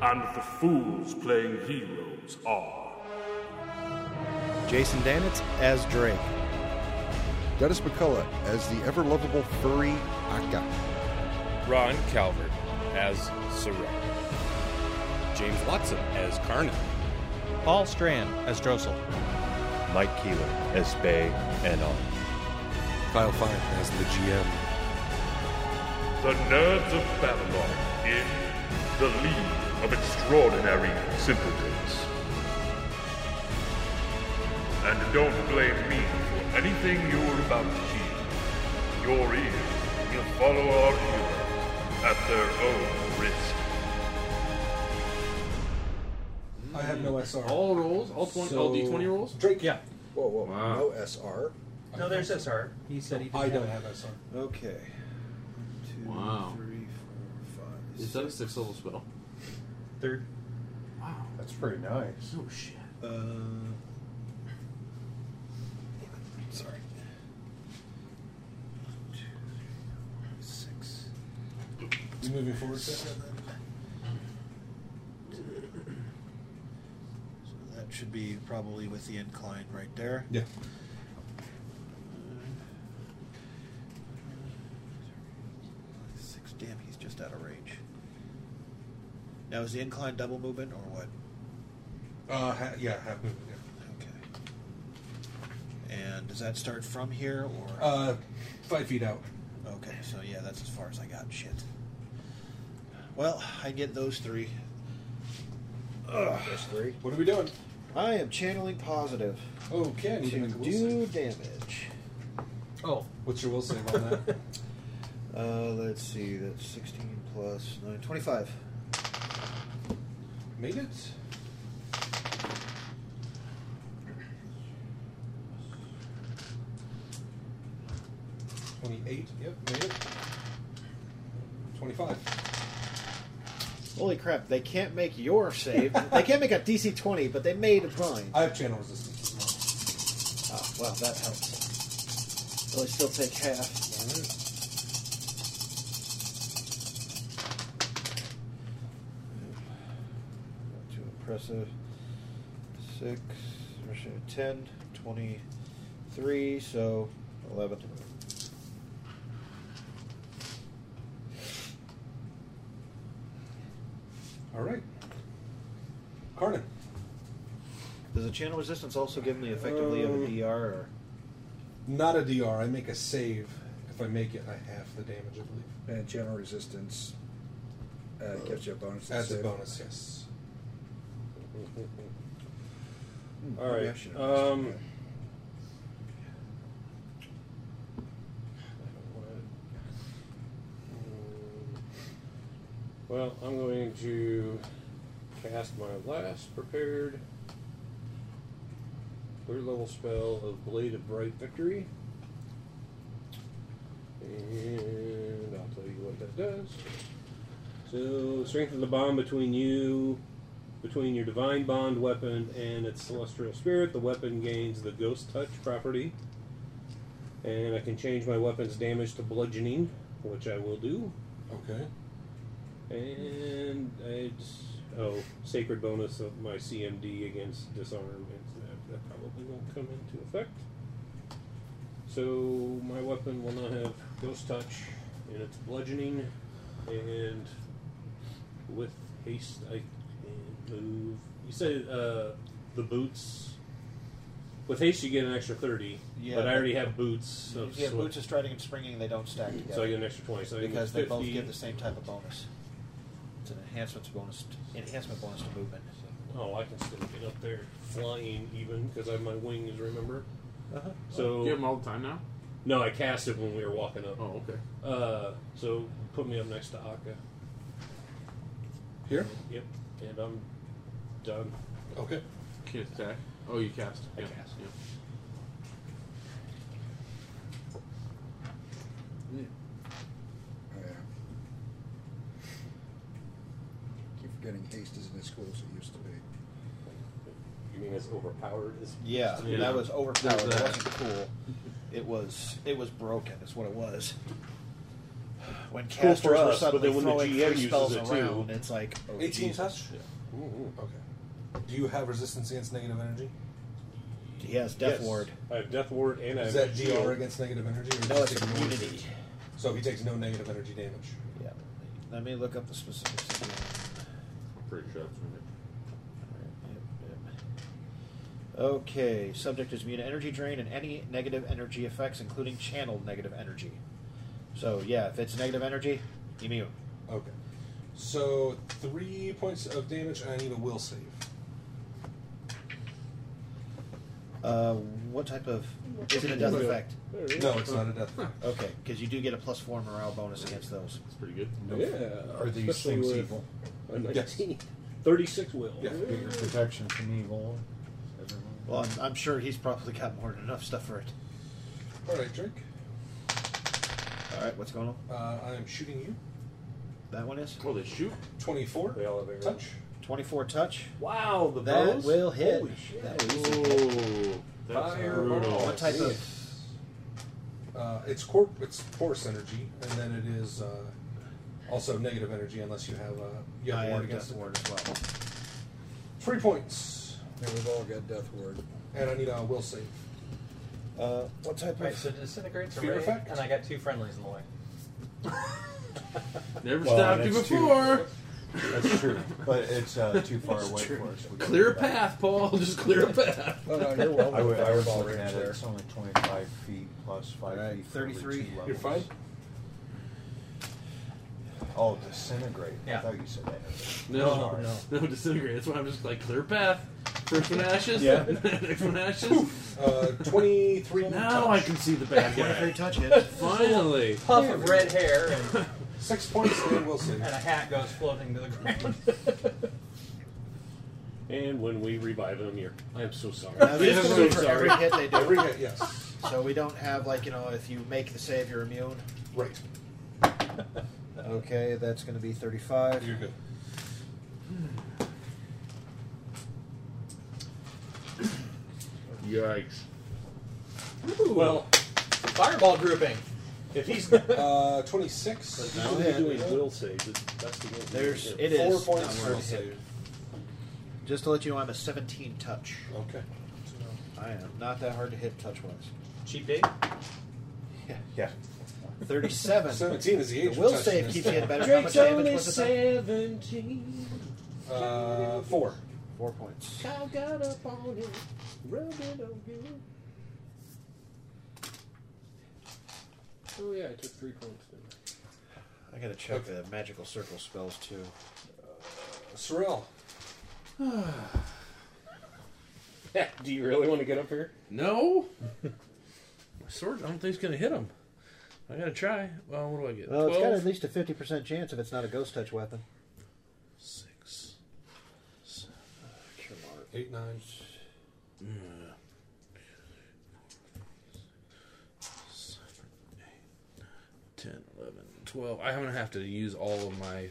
And the fools playing heroes are. Jason Danitz as Drake. Dennis McCullough as the ever lovable furry Akka. Ron Calvert as Sorrel. James Watson as Karna. Paul Strand as Drossel. Mike Keeler as Bay and all. Kyle Fine as the GM. The Nerds of Babylon in The League of Extraordinary Simpletons. And don't blame me for anything you're about to hear. Your ears will follow our heroes at their own risk. I have no SR. All rolls, all, 20, all d20 rolls. Drake. Yeah. Whoa, whoa, no SR. No, there's SR. He said he didn't I have don't it. have SR. Okay. Two, Wow. three, four, five, Is that a six level spell? Third. That's pretty nice. Oh shit. Uh, Sorry. Two, three, four, six, You moving forward? Seth? seven. So that should be probably with the incline right there. Yeah. Six. Damn, he's just out of range. Now is the incline double movement or what? Uh, ha- yeah, half movement. Yeah. Okay. And does that start from here or? Uh, five feet out. Okay, so yeah, that's as far as I got. Shit. Well, I get those three. That's three. What are we doing? I am channeling positive Okay, I need to to make a will save. do damage. Oh, what's your will save on that? Uh, let's see, that's 16 plus 9, 25. Made it. Twenty-eight. Yep, made it. Twenty-five. Holy crap, they can't make your save. they can't make a DC 20, but they made mine. I have channel resistance as Oh, well, that helps. Well, I still take half. well. All right. Not too impressive. 6, or should- 10, 23, so 11. All right. Carnan. Does the channel resistance also give me effectively a Um, DR? Or? Not a DR. I make a save. If I make it, I half the damage, I believe. And General resistance uh, gives you a bonus. As a bonus, yes. All right, Um, Well, I'm going to cast my last prepared third level spell of Blade of Bright Victory. And I'll tell you what that does. So, strengthen the bond between you, between your divine bond weapon and its celestial spirit. The weapon gains the ghost touch property. And I can change my weapon's damage to bludgeoning, which I will do. Okay. And I'd, oh, sacred bonus of my CMD against disarm. and That, that probably won't come into effect. So my weapon will not have ghost touch, and it's bludgeoning, and with haste I can move. You said uh, the boots. With haste, you get an extra thirty. Yeah. but I already have boots. You Of get swi- boots of striding and springing, they don't stack together. So I get an extra 20, so I get because they both 50. give the same type of bonus. It's an enhancement bonus. Enhancement bonus to movement. Oh, I can still get up there flying even because I have my wings. Remember? Uh-huh. So Do Oh, you have 'em all the time now? No, I cast it when we were walking up. Oh, okay. Uh, so put me up next to Akka. Here? Yep. And I'm done. Okay. Can't attack. Oh, you cast. I yeah. cast. Yeah. Keep forgetting haste isn't as cool as it used to be. You mean it's overpowered? Yeah, that was overpowered. There's It that. wasn't cool. It was it was broken. Is what it was. When Cool casters for were us, but suddenly then when the throwing GM free uses spells it too- around, it's like oh, 18 Jesus. touch? Okay. Do you have resistance against negative energy? He has Death Ward. I have Death Ward and I Is that have shield. GR against negative energy? Or No, just it's ignores immunity. it? So if he takes no negative energy damage. Yeah. Let me look up the specifics. Again. I'm pretty sure that's right. Okay, subject is immune to energy drain and any negative energy effects, including channeled negative energy. So yeah, if it's negative energy, immune. Okay. So three points of damage, and I need a will save. Uh, what type of is it a death effect? No, it's not a death. effect. Okay, because you do get a plus four morale bonus against those. That's pretty good. Yeah. Are these Especially things with evil? a Yes. 19. 36 will. Bigger protection from evil. Well, I'm, I'm sure he's probably got more than enough stuff for it. All right, Drake. All right, what's going on? Uh, I am shooting you. That one is Well, they shoot. Twenty-four. They all have arrows. Touch. twenty-four touch. Wow, the That bows? will hit. Holy shit. That will easily hit. Ooh, that's Fireball. Oh, brutal. What type of? Uh, it's corp. It's force energy, and then it is uh, also negative energy unless you have a you I have a ward have against death it. ward as well. Three points, Yeah, we've all got death word. and I need a will save. Uh, what type Right, of? so disintegrates Fear are ready, effect? and I got two friendlies in the way. Never Well, stopped you that's too- before. That's true, but it's uh, too far away for us. We gotta Clear a get back. path, Paul. Just clear a path. Oh no, you're well. I, w- I was Fireball looking range at it. there. It's only twenty-five feet plus five Alright, feet. for every 33. two You're fine. levels. Oh, disintegrate. Yeah. I thought you said that. No, Sorry. no, disintegrate. That's why I'm just like clear path. First one ashes. Yeah. Next one ashes. Uh, Twenty-three. now I can see the bad Twenty-three guy. touch hit. Finally. Puff of red hair and, Six points, and will save. and a hat goes floating to the ground. And when we revive them, you're. I am so sorry. Now, these I'm are so for sorry. every hit they do. Every hit, yes. So we don't have like you know if you make the save you're immune. Right. Okay, that's going to be 35. You're good. Yikes. Well, Fireball drooping. if he's Uh, Twenty-six. now he's doing will saves, it's, that's the There's it Four is. points. not Will worth it. save. Just to let you know, I'm a 17 touch. Okay. I am not that hard to hit touch wise. Cheap date. Yeah. 37. Seventeen is the the age. of will touch in save this keeps thing. you at better. How much damage was it? then? seventeen. Uh, four. Four points. I got up on it, rubbing on you. Oh yeah, I took three points. didn't I gotta check the magical circle spells too. Sorrel. I? Do you really want to get up here? No. My sword. I don't think it's gonna hit him. I gotta try. Well, what do I get? Uh. Well, it's got at Twelve. least a 50% chance if it's not a ghost touch weapon. Six. Eight, nine. Ten. Eleven. Twelve. I'm gonna have to use all of my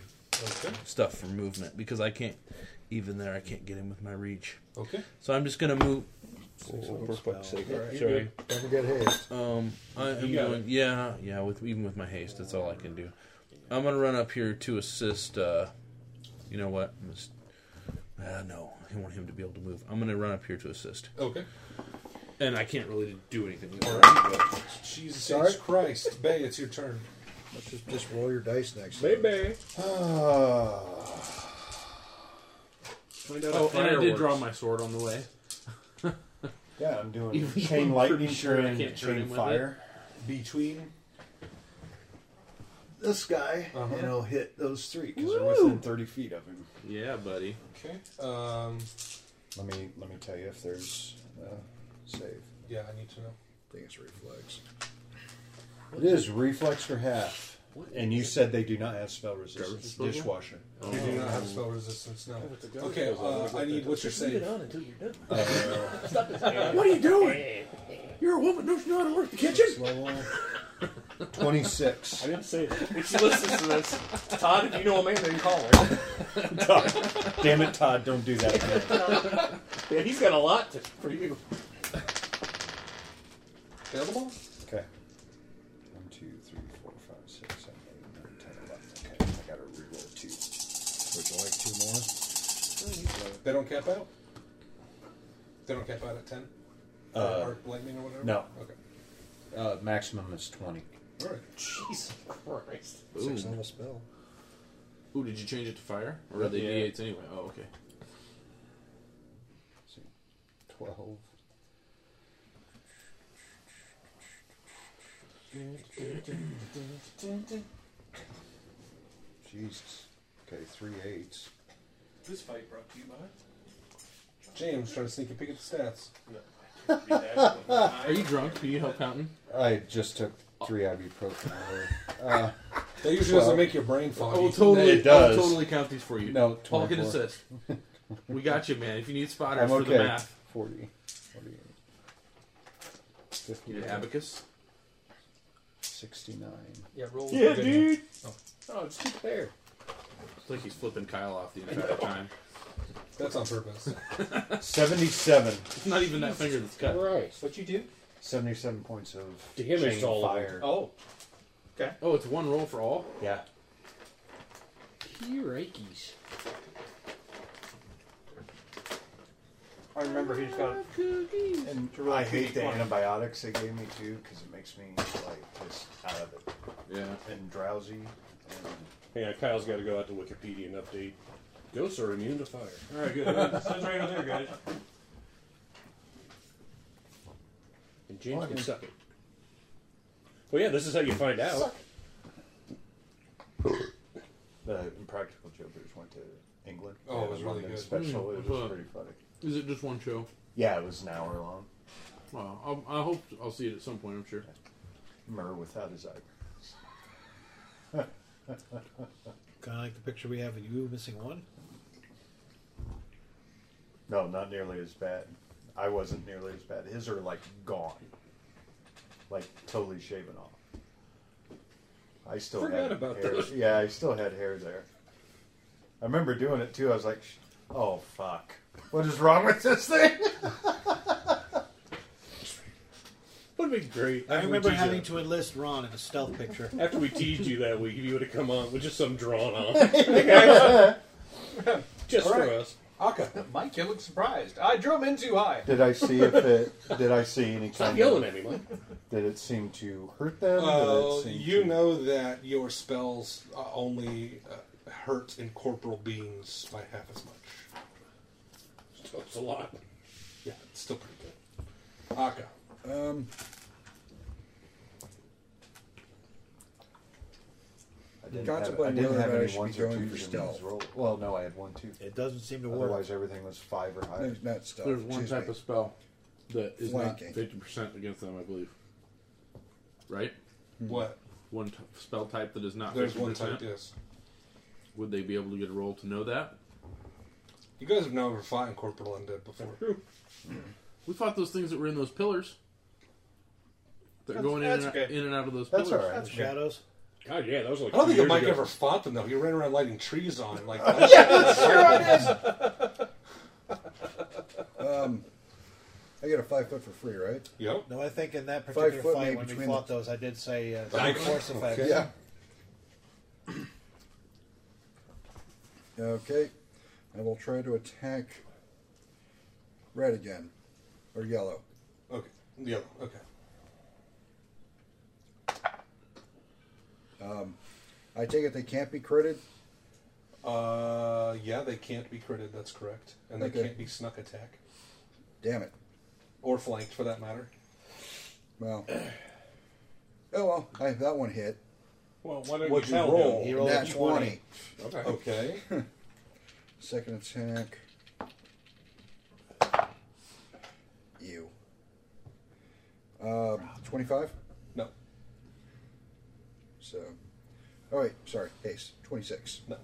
Okay. stuff for movement because I can't. Even there, I can't get him with my reach. Okay. So I'm just gonna move. Sorry. Don't forget haste. Um, I am got going. Yeah, yeah. With even with my haste, that's all I can do. I'm gonna run up here to assist. Uh, you know what? I'm just, uh, no, I want him to be able to move. I'm gonna run up here to assist. Okay. and I can't really do anything. With All it. right. Jesus Sorry? Christ. Bay, it's your turn. Let's just, just roll your dice next time. Ah. Maybe. Find Oh, and I did draw my sword on the way. Yeah, I'm doing Even though chain I'm lightning, pretty sure I chain, can't turn him chain with fire. Between this guy, Uh-huh. and he'll hit those three because they're within 30 feet of him. Yeah, buddy. Okay. Um, let me let me tell you if there's uh, save. Yeah, I need to know. I think it's reflex. It is reflex for half. What? And you said they do not have spell resistance. Garbage disposal? Dishwasher. You do not have spell resistance now. Okay, goes uh, on. I need what's your Just leave save? it on until you're done. Uh, what are you doing? You're a woman. Don't you know how to work the kitchen? Twenty-six. I didn't say that. When she listens to this, Todd, if you know a man, then call her. Todd. Damn it, Todd! Don't do that again. Yeah, he's got a lot to, for you. Available? Okay. One, two, three, four, five, six, seven, eight, nine, ten, eleven. Okay, I gotta reroll two. Would you like two more? They don't cap out? They don't cap out at 10? Or- Uh, or lightning or whatever? No. Okay. Uh, maximum is twenty. All right. Jesus Christ. Six Ooh. on the spell. Ooh, did you change it to fire? Or are they Yeah. D8s anyway? Oh, okay. Twelve. Jesus. Okay, three eights. This fight brought to you by. James trying to sneak a peek at the stats. Are you drunk? Do you help counting? I just took three ibuprofen. Uh, that usually doesn't well- oh, make your brain foggy. I'll totally, It does. I'll totally count these for you. No, Hulk and 24. assist. We got you, man. If you need spotters I'm for okay. the math, 40. 48. 50, you need an abacus. 69. Yeah, roll. Yeah, dude. Oh. oh, it's too fair. It's like he's flipping Kyle off the entire time. That's on purpose. 77. It's not even that finger that's cut. Right. What you do? 77 points of To him, chain it's all of fire. Oh, Oh, it's one roll for all? Yeah. Yikes. I remember he's Ah, got. And To roll I hate the 2d20. antibiotics they gave me too because it makes me like just out of it. Yeah. And drowsy. And Yeah, Kyle's got to go out to Wikipedia and update. Ghosts are immune to fire. All right, good. Sounds right over there, guys. And James can suck it. Well, yeah, this is how you find out. the Impractical Jokers went to England. Oh, it was And really London good. Special. Mm, I it saw was it. pretty funny. Is it just one show? Yeah, it was an hour long. Well, I'll, I hope I'll see it at some point, I'm sure. Murr without his eyebrows. Kind of like the picture we have of you missing one. No, not nearly as bad. I wasn't nearly as bad. His are like gone, like totally shaven off. I still Forgot had about hair. those. Yeah, I still had hair there. I remember doing it too. I was like, "Sh- "Oh fuck, what is wrong with this thing?" Would be great. I After we remember teased having you- to enlist Ron in a stealth picture. After we teased you that week, if you would have come on with just some drawn on. just All for right. us. Aka. Mike, you look surprised. I drove in too high. Did I see if it? Did I see any? Stop kind yelling of, at me, Mike. Did it seem to hurt them? Uh, did it seem you know that your spells uh, only uh, hurt incorporeal beings by half as much. It's a lot. Yeah, it's still pretty good. Aka. Um, I didn't have, Contemplating I didn't whether have or not I any should be ones or going twos for in stealth. these roll- Well, no, I had one two. It doesn't seem to work. Otherwise, everything was five or higher. There's not stuff. There's one Excuse type me. of spell that is Flanking. not fifty percent against them, I believe. Right? Hmm. What? One t- spell type that is not. There's 50%. one type, yes. Would they be able to get a roll to know that? You guys have never fought incorporeal undead before. We fought those things that were in those pillars. They're That's- going in and, that's out, in and out of those That's pillars. all right. That's shadows. God, yeah, that was like. I don't two think that years Mike ago. ever fought them, though. He ran around lighting trees on. Like, Um, I get a five foot for free, right? Yep. No, I think in that Five particular foot fight maybe when we between fought the- those, I did say uh, Five foot? force effects. Okay. Yeah. Okay. I will try to attack red again. Or yellow. Okay. The other. Okay. Um, I take it they can't be critted. Uh, yeah, they can't be critted. That's correct, and they Okay. can't be snuck attack Damn it. or flanked for that matter. Well. Oh well, I, that one hit. Well, what did What'd you you tell roll? him? He rolled a Nat 20. 20. Okay. Second attack. You. Uh, 25? No. So. Oh, wait, sorry. Haste. 26. No.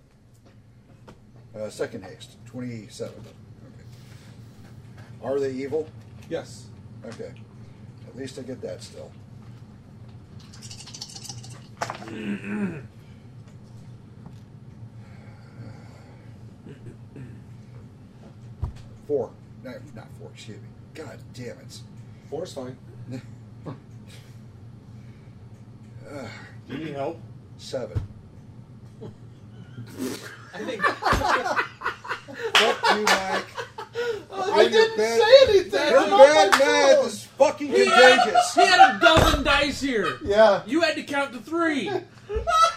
Uh, second haste. 27. Okay. Are they evil? Yes. Okay. At least I get that still. Four. No, not four, excuse me. God damn it. Four's fine. Ugh. Do you need help? Seven. I think. Fuck you, Mike. I didn't bad- say anything. Your bad math is fucking He had, contagious. he had a dozen dice here. Yeah. You had to count to three.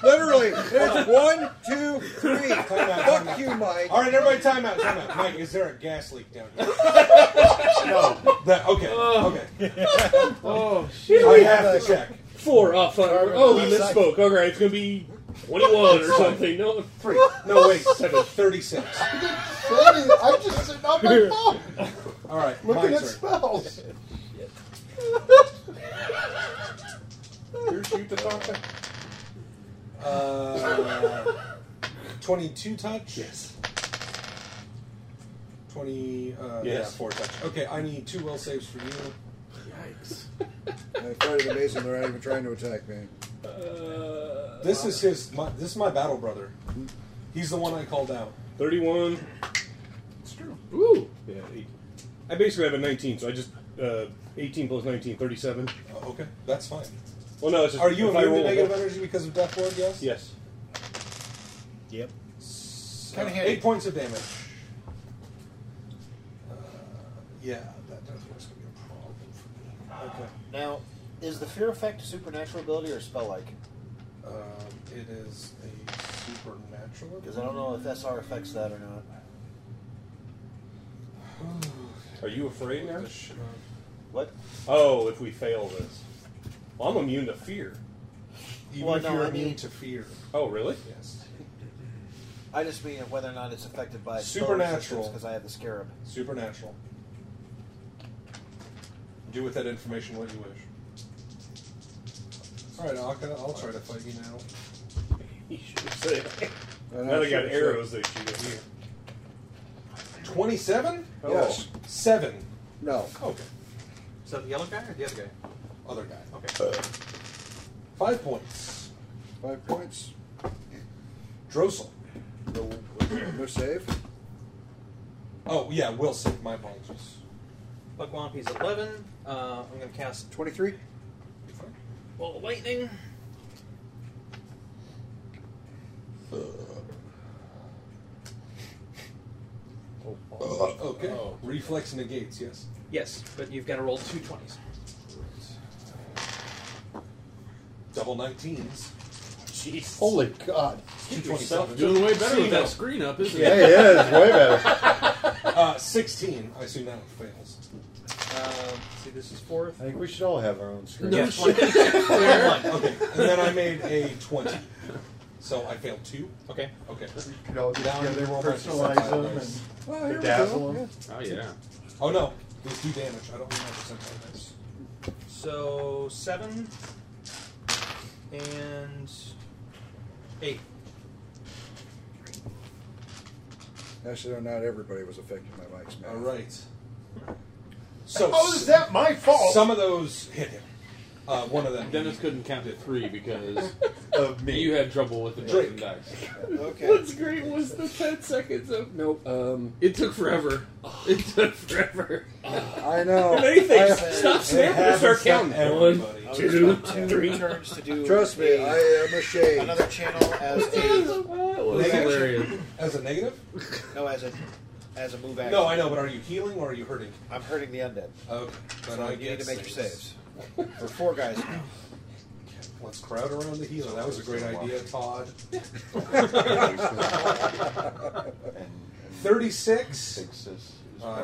Literally, it's one, two, three. Fuck you, Mike. All right, everybody, time out. Time out. Mike, is there a gas leak down here? No. That, okay. Okay. Oh, shit. I have to check. Four. Oh, fuck. Oh, you misspoke. All right, it's going to be 21 or Sorry. something. No, Three. No, wait. Seven. Thirty-six. I'm just sitting on my phone. All right. Looking mine's at turn. spells. Here's you to talk Uh, 22 touch? Yes. 20, uh, Yes. yeah, 4 touch. Okay, I need two will saves for you. Yikes. I find it amazing they're not even trying to attack me. Uh, This is his, my, this is my battle brother. He's the one I called out. 31. It's true. Ooh. Yeah, eight. I basically have a 19, so I just. Uh, 18 plus 19, 37. Oh, okay, that's fine. Well, no, it's just. Are you if I immune to roll a negative whole- energy because of Death Ward, yes? Yes. Yep. So, Kinda handy. Eight points of damage. Uh, yeah, that Death Ward's going to be a problem for me. Okay. Now, is the fear effect a supernatural ability or spell like? Um, it is a supernatural. Because I don't know if SR affects that or not. Are you afraid now? What? Oh, if we fail this. Well, I'm immune to fear. Even Well, if no, you're I immune mean- to fear. Oh, really? Yes. I just mean whether or not it's affected by Supernatural. because I have the scarab. Supernatural. Do with that information what you wish. All right, Akka, I'll try to fight you now. You should have said. I know, Now they got sure, sure. arrows that shoot at you 27? Yes. Seven. No. Oh. Okay. Is that the yellow guy or the other guy? Other guy. Okay. Five points. Five points. Drossel. No, no save. Oh, yeah, Wilson. My apologies. Bug Wampy's 11. Uh, I'm going to cast 23. Bolt of Lightning. Uh, Uh, Okay. Oh. Reflex negates, yes. Yes, but you've got to roll two 20s. Double 19s. Jeez. Holy God. Keep yourself Doing way better See, with that though. screen up, isn't Yeah, he? it is. Way better. Uh, 16. I assume that one fails. Um, see, this is fourth. I think we should all have our own screen. Yes. okay, and then I made a 20. So I failed two? Okay. Okay. You know, Down yeah, they will for personalize them and Well, here we bedazzle go. them. Oh, yeah. Oh no, those do damage. I don't remember something like this. So, seven and eight. Actually, no, not everybody was affected by Mike's math. All right. So How Oh, is that my fault? Some of those hit him. Uh, one of them. Dennis couldn't count to three because Of me. you had trouble with the Drake. dozen dice. Okay. What's great was the 10 seconds of. Nope. Um, it took forever. Oh. It took forever. I know. If anything, I- stop snapping and happens start to counting. One, everybody. two, Two three. turns to do. Trust me, I am a shade. another channel as a That was Negative. hilarious. As a negative? no as a as a move action. No, I know, but are you healing or are you hurting? I'm hurting the undead. Okay. Then so Oh, I you need get to make your saves. saves. For four guys now. Let's crowd around the healer. That was a great idea, Todd. Thirty-six. Uh,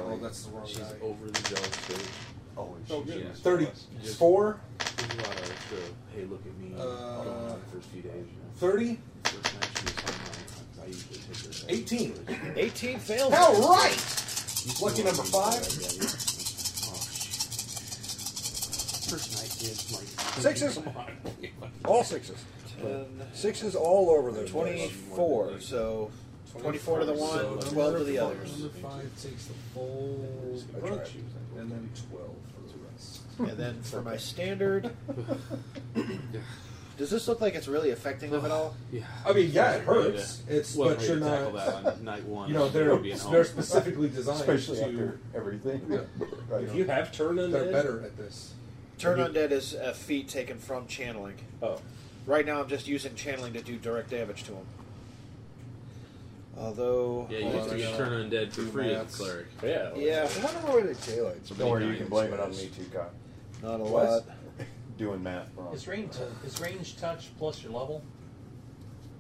well, that's the wrong She's guy. over the jealous stage. Always. Oh, good. 34? There's a lot of the, hey, look at me. Uh, all that in the first few days. You know. 30? First night she was on, I usually take her back. 18. 18 fails. All right. Lucky number five. First night is like Sixes. All sixes. Sixes all over the Twenty-four. So twenty-four to the one, So number twelve to the five- others, Number five takes the full I brunt, tried. and then 12 for the rest. and then for my standard. Does this look like it's really affecting them at all? Yeah. I mean, yeah, it hurts. It's Wasn't but ready you're to not. tackle that on night one. You know, We're they're being home. they're specifically designed Especially to. after everything. If you have turn undead, They're better at this. Turn undead is a feat taken from channeling. Oh, Right now, I'm just using channeling to do direct damage to them. Although, Yeah, you used to get turn undead for free as a cleric. yeah, yeah, I wonder where they daylight. Don't worry, you can blame it on me too, Kyle. not a What? lot. Doing math wrong. Is range, is range touch plus your level?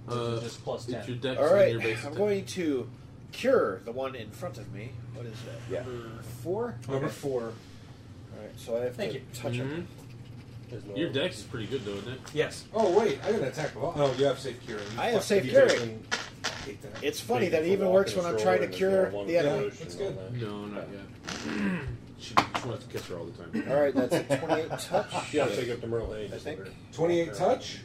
Or is Uh, it just plus it's 10? your dex All and right, your base I'm attack. going to cure the one in front of me. What is that? Yeah. Number four. Number four. All right, so I have Thank to you. touch him. Mhm. there's no Your dex is pretty good though, isn't it? Yes. Oh wait, I got an attack of all. Oh, you have safe curing. You I have fucking safe idiot. curing. I hate that. It's funny that it even works when I'm trying to cure the enemy. it's good. No, not yet. She, she wants to kiss her all the time. All right, that's a 28 touch. Yeah, take up the Merle Hayes. I think. over. 28 touch.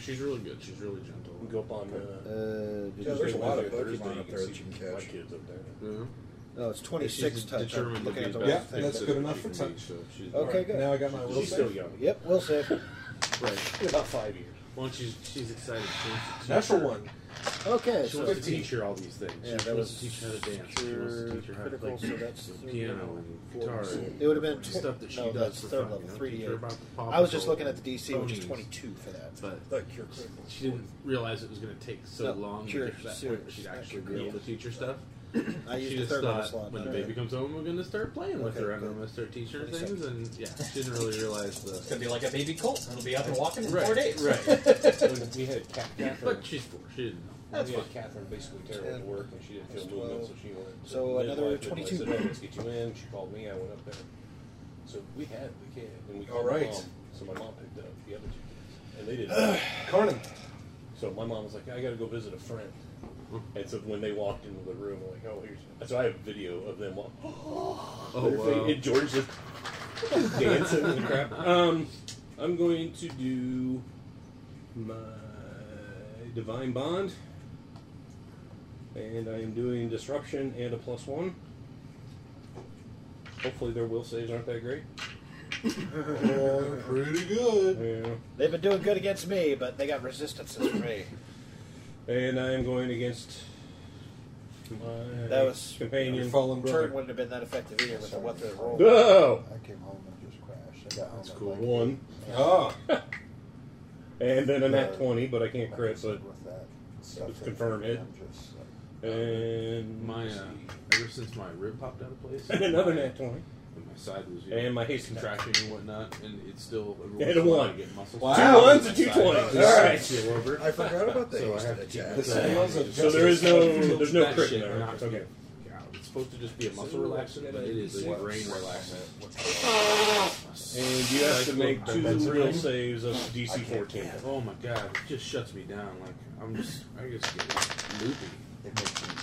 She's really good. She's really gentle. You Go up on. Uh, Uh, did Yeah, you- there's a lot of Thursday, Pokemon you up can there see that you can my catch. kids up there. Yeah. no, it's 26 She's touch. I'm determined to looking be at the as bad wrong as thing. she that's can good be enough for be, touch. so Okay, she's- Alright, good. Now I got my will She's still save. young. Yep, we'll save. Right. About five years. Well, she's she's excited. She wants to Natural teach her- one. Okay, She so wants to 15. teach her all these things. Yeah, she that wants was to teach her how to dance. She wants to teach her how to critical, play so that's the three piano level. and guitar. and It would have been tw- stuff that she no, does that's for third fun, level, you know, three teach her D8. about the paw I was just patrol looking at the and DC, which is ponies. 22 for that. But Like your critical. she didn't realize it was going to take so No, long to cure- get to that cure- point where she'd actually be cure. able to teach her stuff. I she used the just third level thought slot. when the not baby comes home, we're going to start playing with Okay, her and good. I'm going to start teaching her Twenty things. And yeah, she didn't really realize It's the. going to be like a baby colt. It'll be up and walking in Right, four days. right. When we had Ca- Catherine. but she's four. She didn't know. That's we fine. had Catherine basically terrible at work, and she didn't feel Twelve. movement, so she went. to So the another midwife, and 22. I said, "Oh, let's get you in. She called me. I went up there. So we had the kid, and we called All my right. mom. So my mom picked up the other two kids, and they didn't. Carnan. so my mom was like, "I got to go visit a friend." Hmm. And so when they walked into the room, I'm like, "Oh, here's." So I have a video of them. Walk- Oh, wow. And George just dancing and crap. Um, I'm going to do my divine bond, and I am doing disruption and a plus one. Hopefully, their will saves aren't that great. Pretty good. Yeah. They've been doing good against me, but they got resistances for me. And I am going against my That was- companion. Fallen Turn brother. wouldn't have been that effective either with the what they're rolling. Oh, I came home and just crashed. I got home at cool. like- one, Oh, and then a nat Yeah. twenty, but I can't I crit, was so with that stuff it's that- confirmed it. I'm just like, and My uh, ever since my rib popped out of place, and another my- nat twenty. and my side was you And know, my haste contracting and whatnot, and it's still every once in And a while one. I get muscle Wow. Two ones and and two twenties. All All right. right. You're over. I forgot about that. So I have to yesterday, keep Jack. the sales of So there is no, there's no crit in there. Not, Okay. yeah, it's supposed to just be a muscle relaxant, but it is a brain relaxant. And you have to make two That's real right. saves of DC 14. Oh my god, it just shuts me down. Like I'm just, I just get like, loopy. It makes me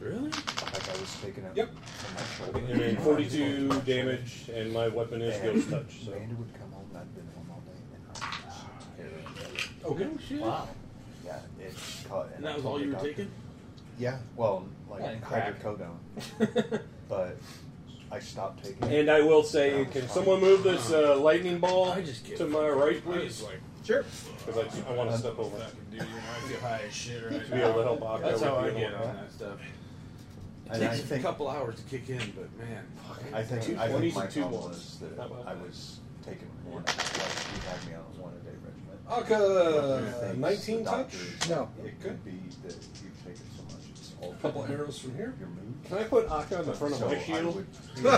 Really? like I was taking it Yep. from my shoulder. And then 42 damage, and my weapon is And Ghost Touch. So Randy would come home, and I'd been home all day, and then I was here and there. Okay. shit. Wow. Yeah, it caught. Oh, And that was all you were taking? Yeah, well, like Yeah, yeah, and crack. hydrocodone, but I stopped taking it. And I will say, can someone move this uh, lightning ball I just get to my right, I was please? like, Sure. Because I, want to step over that dude, you might be high as shit right to be able to help Akko. That's with how I the other get one. on that stuff. It And I takes a think- couple hours to kick in, but man, I think I 20s think and my two problem ones. was that How about I that? was taking more. Like, he had me on a one a day regimen. okay. Thinks 19 the touch. doctors, No, it could be that you've taken so much. It's a couple arrows from here. Can I put Akka in the front of So my I shield? would- you know,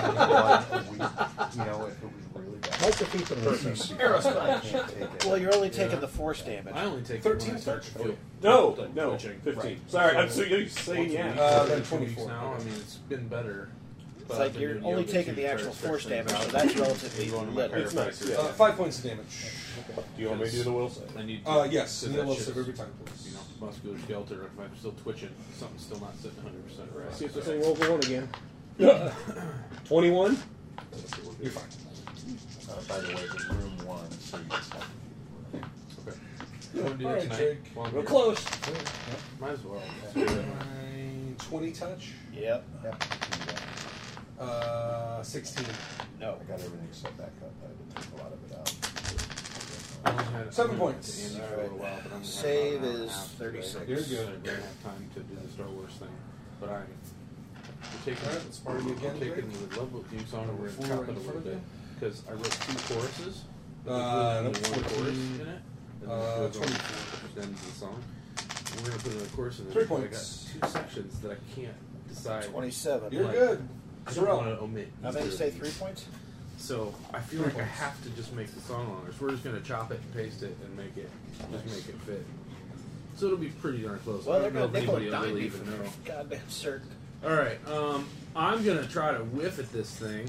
like, we- you know, if it was really Might defeat the purpose. Well, you're only taking the force damage. I only take 13 No, No, no, no, 15. Sorry, I'm so used to saying yeah. Uh, then then 24. Now, I mean, it's been better. It's like you're only taking the actual force damage, so that's relatively little. Uh, five points of damage. Do you want me to do the will save? I need. Uh, yes, to and that the will shit's, save every time, please. You know, muscular skeleton. If I'm still twitching, something's still not sitting 100 percent right. See if so- this thing rolls a one again. 21? You're fine. Uh, by the way, the room one, so you just have Okay. Yeah. You wanna do All that right, tonight? Jake. While I'm Real here? close. Yeah. Might as well. My 20 touch? Yep. Uh, 16. No. I got everything set back up. I didn't take a lot of it out. Seven points. Save is 36. You're good. I didn't have time to do the Star Wars thing, but I. We're taking, Alright, let's party we're again, taking Drake. the level theme song and we're Four going to top in it a little front of bit because I wrote two choruses. Uh, There's nope, really only one chorus 14, in it. and uh, there's 24. no chorus Then the song. We're going to put another chorus in there. Three because points. I got two sections that I can't decide. 27. You're Like, good. I don't Zero. want to omit. I think either of say these. three points? So I feel like I have to just make the song longer. So we're just gonna chop it and paste it and make it just make it fit. So it'll be pretty darn close. Well, I they're don't know going if to nickel anybody and dime will really you even for know. goddamn cert. All right, um, I'm gonna try to whiff at this thing.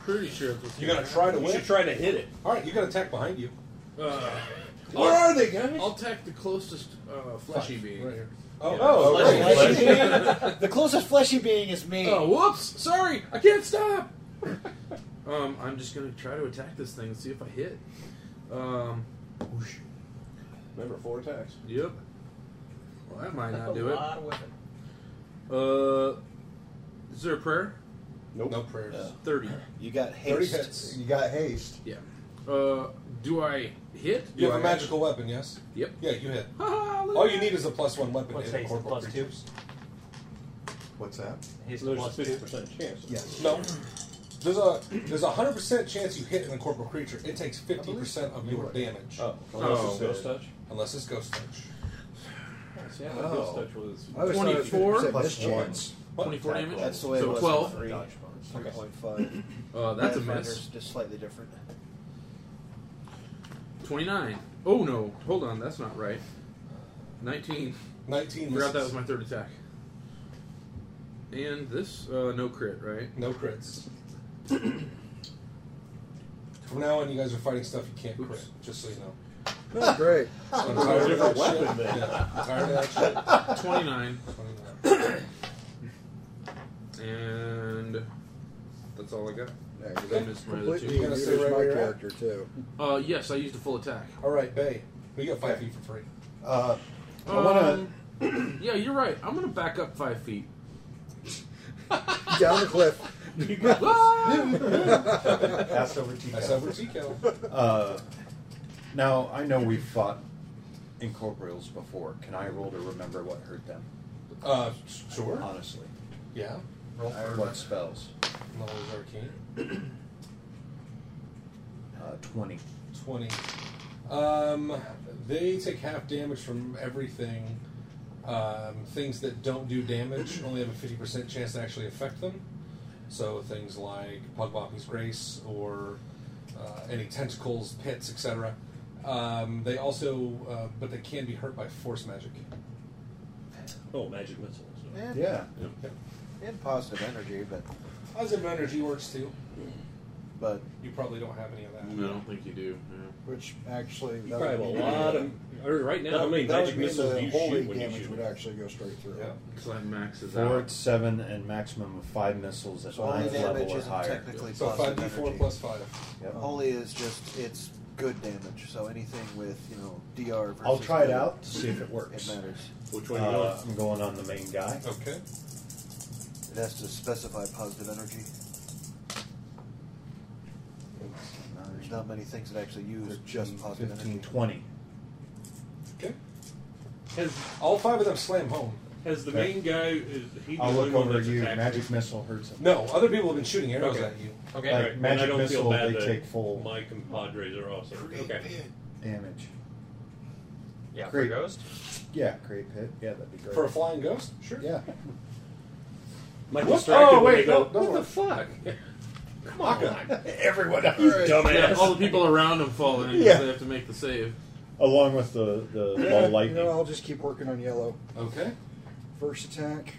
Pretty sure it's what's You're gonna try to happen. whiff? You should try to hit it. All right, you got attack behind you. Uh, Where I'll- are they, guys? I'll attack the closest uh, fleshy being. Right here. Oh, oh, Fleshy being? The closest fleshy being is me. Oh, whoops! Sorry, I can't stop. um, I'm just gonna try to attack this thing and see if I hit. Um, whoosh. Remember, four attacks. Yep. Well, that might not do it. Lot of weapon. Uh, is there a prayer? Nope. No prayers. Uh, Thirty. You got Thirty hits. You got haste. Yeah. Uh, do I hit? You Do have a I- magical weapon, yes? Yep. Yeah, you hit. look All at you that. need is a plus one weapon. What's to hit haste, corporal plus two? creatures. What's that? There's a 50% chance. Yes. No. There's a there's a hundred percent chance you hit an incorporeal creature. It takes fifty percent of your damage. Oh, unless it's ghost touch? Unless it's ghost touch. Yeah, I thought ghost touch was I always thought it was 24 50% plus mischance. one. 24 Attack damage. roll. That's the way so it was 12. in three. 3.5. Okay. Uh, that's a Pathfinder's miss. Just slightly different. 29. Oh no, hold on, that's not right. 19. 19 Forgot that misses. was my third attack. And this, uh, no crit, right? No crits. From now on, you guys are fighting stuff you can't crit. Just so you know. Oh, great. I'm tired of Different that weapon shit. then. Yeah, I'm tired of that shit. 29. 29. And that's all I got. Yeah, I you missed my other two. completely used my you're at? character too. Uh, yes, I used a full attack. All right, Bay. We got five feet for free. Uh, Um, yeah, you're right. I'm gonna back up five feet. Down the cliff. That's over Tico. That's over Tico. Uh, now I know we've fought incorporeals before. Can I roll to remember what hurt them? Uh, sure. Honestly, Yeah. I what spells? Knowledge Arcane. Uh, Twenty. 20. Um, they take half damage from everything. Um, things that don't do damage only have a 50% chance to actually affect them. So things like Pugboppy's Grace or uh, any tentacles, pits, etc. Um, they also, uh, but they can be hurt by force magic. Oh, magic missiles. Yeah. Yep. And positive energy, but Positive energy works too. but You probably don't have any of that. I don't think you do. Which actually, You probably have a lot of. Or right now, how that, many that magic would mean missiles the do you holy shoot when you damage shoot? would actually go straight through. Yeah. Because I max it Four, out. at seven, and maximum of five missiles at So only ninth damage level or isn't higher. technically So positive 5d4 energy. plus 5. Yep. Holy is just it's good damage. So anything with you know DR. Versus I'll try it good, out to see if it works. It matters. Which Uh, one you want? I'm going on the main guy. Okay. It has to specify positive energy. There's not many things that actually use just positive 15, energy. 20. Okay. Has, All five of them slam home. has the Okay. main guy. Is he the I'll only look one over that's you. attacking? Magic missile hurts him. No, other people have been shooting arrows Okay. at you. Okay, Uh, Like, Then magic I don't missile, feel bad they that take full- My compadres are also okay. Damage. Yeah, Great. for ghost. Yeah, create pit. Yeah, that'd be great. For a flying ghost? Sure. Yeah. Might What? distract Oh, him when wait, they go, no, don't what the worry." fuck? Come on. Everyone, you Yeah, dumbass. all the people around him fall in 'cause Yeah. they have to make the save. Along with the the Yeah, ball lightning. You know, I'll just keep working on yellow. Okay. First attack.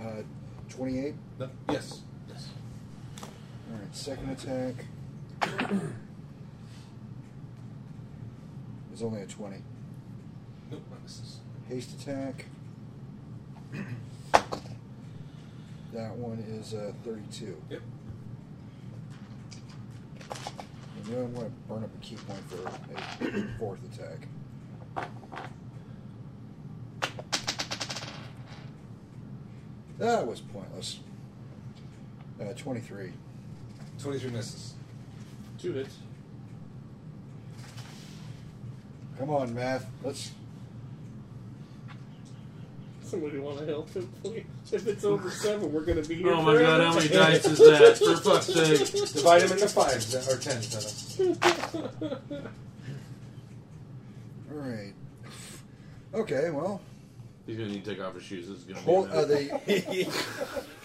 Uh, 28. No, yes. Yes. All right, second attack. It's only a 20. Nope, that misses. Haste attack. That one is uh, 32. Yep. And then I'm going to burn up a key point for a fourth attack. That was pointless. Uh, 23. 23 misses. Two hits. Come on, math. Let's. Somebody want to help him, please? If it's over seven, we're going to be here. Oh my forever. god, how many dice is that? For fuck's sake. Divide him into fives uh, or tens. Then. All right. Okay, well. He's gonna need to take off his shoes. This is gonna Hol- be a uh, the, minute.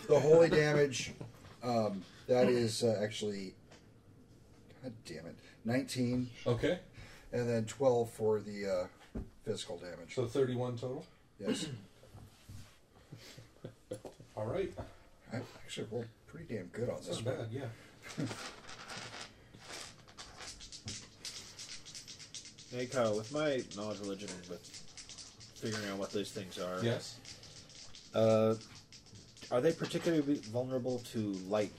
the holy damage. Um, that is uh, actually. God damn it. 19. Okay. And then 12 for the uh, physical damage. So 31 total? Yes. All right. I actually rolled pretty damn good on this That's one. not bad, yeah. Hey Kyle, with my knowledge of religion and with figuring out what those things are, Yes. Uh, are they particularly vulnerable to light?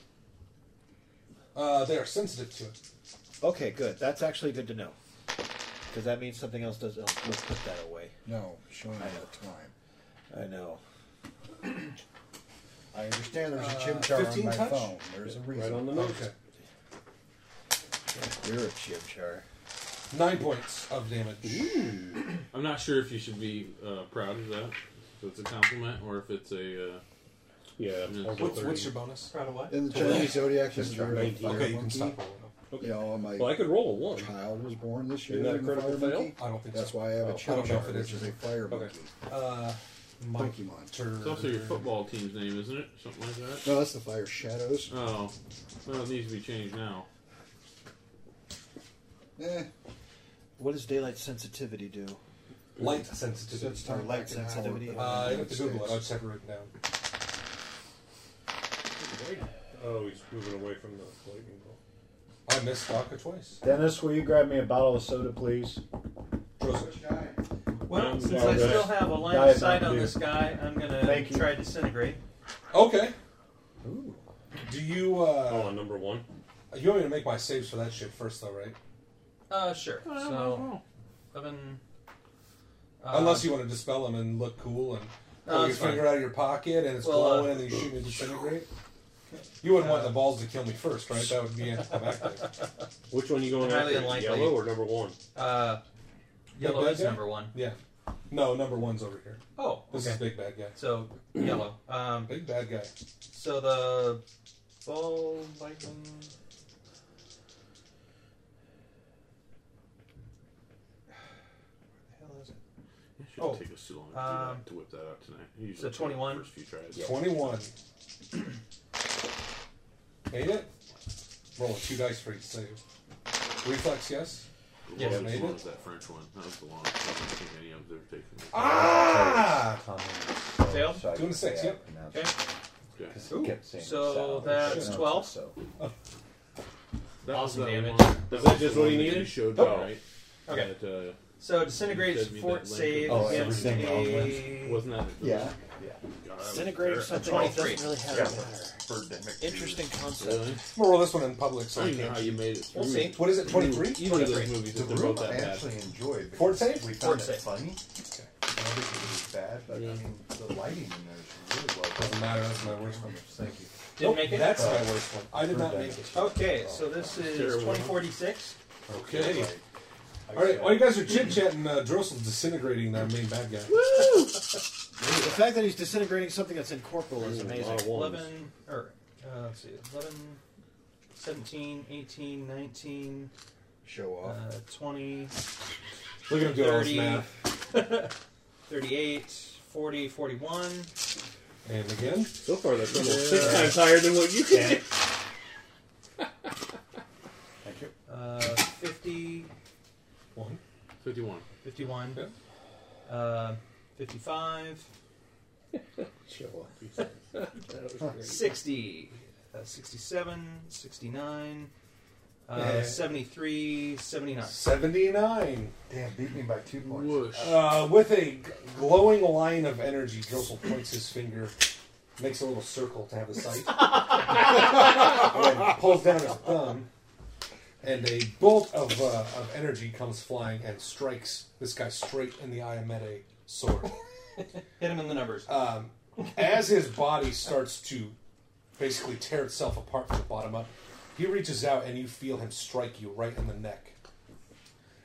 Uh, they are sensitive to it. Okay, good. That's actually good to know, because that means something else does. Let's put that away. No, showing all the time. I know. I understand there's a Uh, chimchar on 15 my touch? phone. There's a reason. Okay. You're a chimchar. Nine points of damage. I'm not sure if you should be uh, proud of that. If it's a compliment or if it's a. Uh, yeah. What's, what's your bonus? Proud of what? In the Chinese zodiac, Just is try there a nineteen. fire Okay, you can monkey? stop You know, my Well, I could roll a one. child was born this year. Isn't that a in the critical fire fail? monkey. I don't think That's so. why I have Oh, a I don't know if chimchar, it which is. is a fire Okay. monkey. Uh, my Pokemon. turn. it's also your football team's name, isn't it? Something like that. No, that's the fire shadows. Oh, well, it needs to be changed now. Eh, What does daylight sensitivity do? Light sensitivity. it's time Light back in our- sensitivity. Uh, I have to Google it. I'll just have to write it down. Oh, he's moving away from the lightning bolt. I missed Stalker twice. Dennis, will you grab me a bottle of soda, please? Joseph. Well, Um, since I well, that's- still have a line that of is sight not on clear. this guy, I'm gonna Thank you. try disintegrate. Okay. Do you, Oh, uh, on number one. you want me to make my saves for that shit first, though, right? Uh, sure. So, eleven. Uh, Unless you want to dispel them and look cool and No, pull your it's fine. finger out of your pocket and it's Well, uh, glowing and then you shoot me disintegrate. You wouldn't want the balls to kill me first, right? That would be anticlimactic. Which one you going Highly after? unlikely. Yellow or number one? Uh, yellow bad is guy? number one. yeah. No, number one's over here. Oh, This okay. is big bad guy. So yellow. Um, Big bad guy. so the ball lightning. Where the hell is it? It Oh. shouldn't take us too long to, do Um, that, to whip that out tonight. Usually so take the 21? First few tries. Twenty-one. Made it. Roll two dice for each save. Reflex, yes. The Yeah, longest made one it. was that French one. That was the longest one I think any of them have taken. Ah! Failed? so I Doing a six, yep. Okay. Yeah. Ooh. So that's 12. So. That was Awesome that damage. one- That Is was that the just what one he that needed? showed me, Oh. right? Okay. That, So disintegrate's You said me fort that link save of- Oh, against everything all a. uh, wasn't that? Yeah. God, I was Disintegrate there. is something that 23. doesn't really have Yeah. a matter. Bird damage. Interesting concept. Really? I'm gonna roll this one in public so I I don't even know how can. you made it. Through. We'll see. What is it? Twenty-three. Either of those 23. movies, The if they're both room that I bad. actually enjoyed. Fort because save? We found Fort it save. funny. I don't think it was bad, but I Yeah. mean, the lighting in there is really well. Doesn't matter. That's my worst one. Thank you. Didn't make it? That's my worst one. I did not make it. Okay, so this is Terrible. 2046. Okay. Like, I All right. said, While you guys are chit chatting, uh, Drossel's disintegrating that main bad guy. The fact that he's disintegrating something that's incorporeal is amazing. 11, or, uh, let's see, 11, 17, 18, 19, Show off. Uh, 20. Look at him do all his 30, math. 38, 40, 41. And again? So far, that's almost Yeah. six times higher than what you can Yeah. do. Thank you. Uh, 50. 51. 51. Uh, 55. Show up. 60. Uh, 67. 69. Uh, Yeah. 73. 79. 79. Damn, beat me by two points. Uh, with a g- glowing line of energy, Drossel points his finger, makes a little circle to have a sight, and then pulls down his thumb, and a bolt of, uh, of energy comes flying and strikes this guy straight in the eye of Mede sword. Hit him in the numbers. Uh, Um, as his body starts to basically tear itself apart from the bottom up, he reaches out and you feel him strike you right in the neck.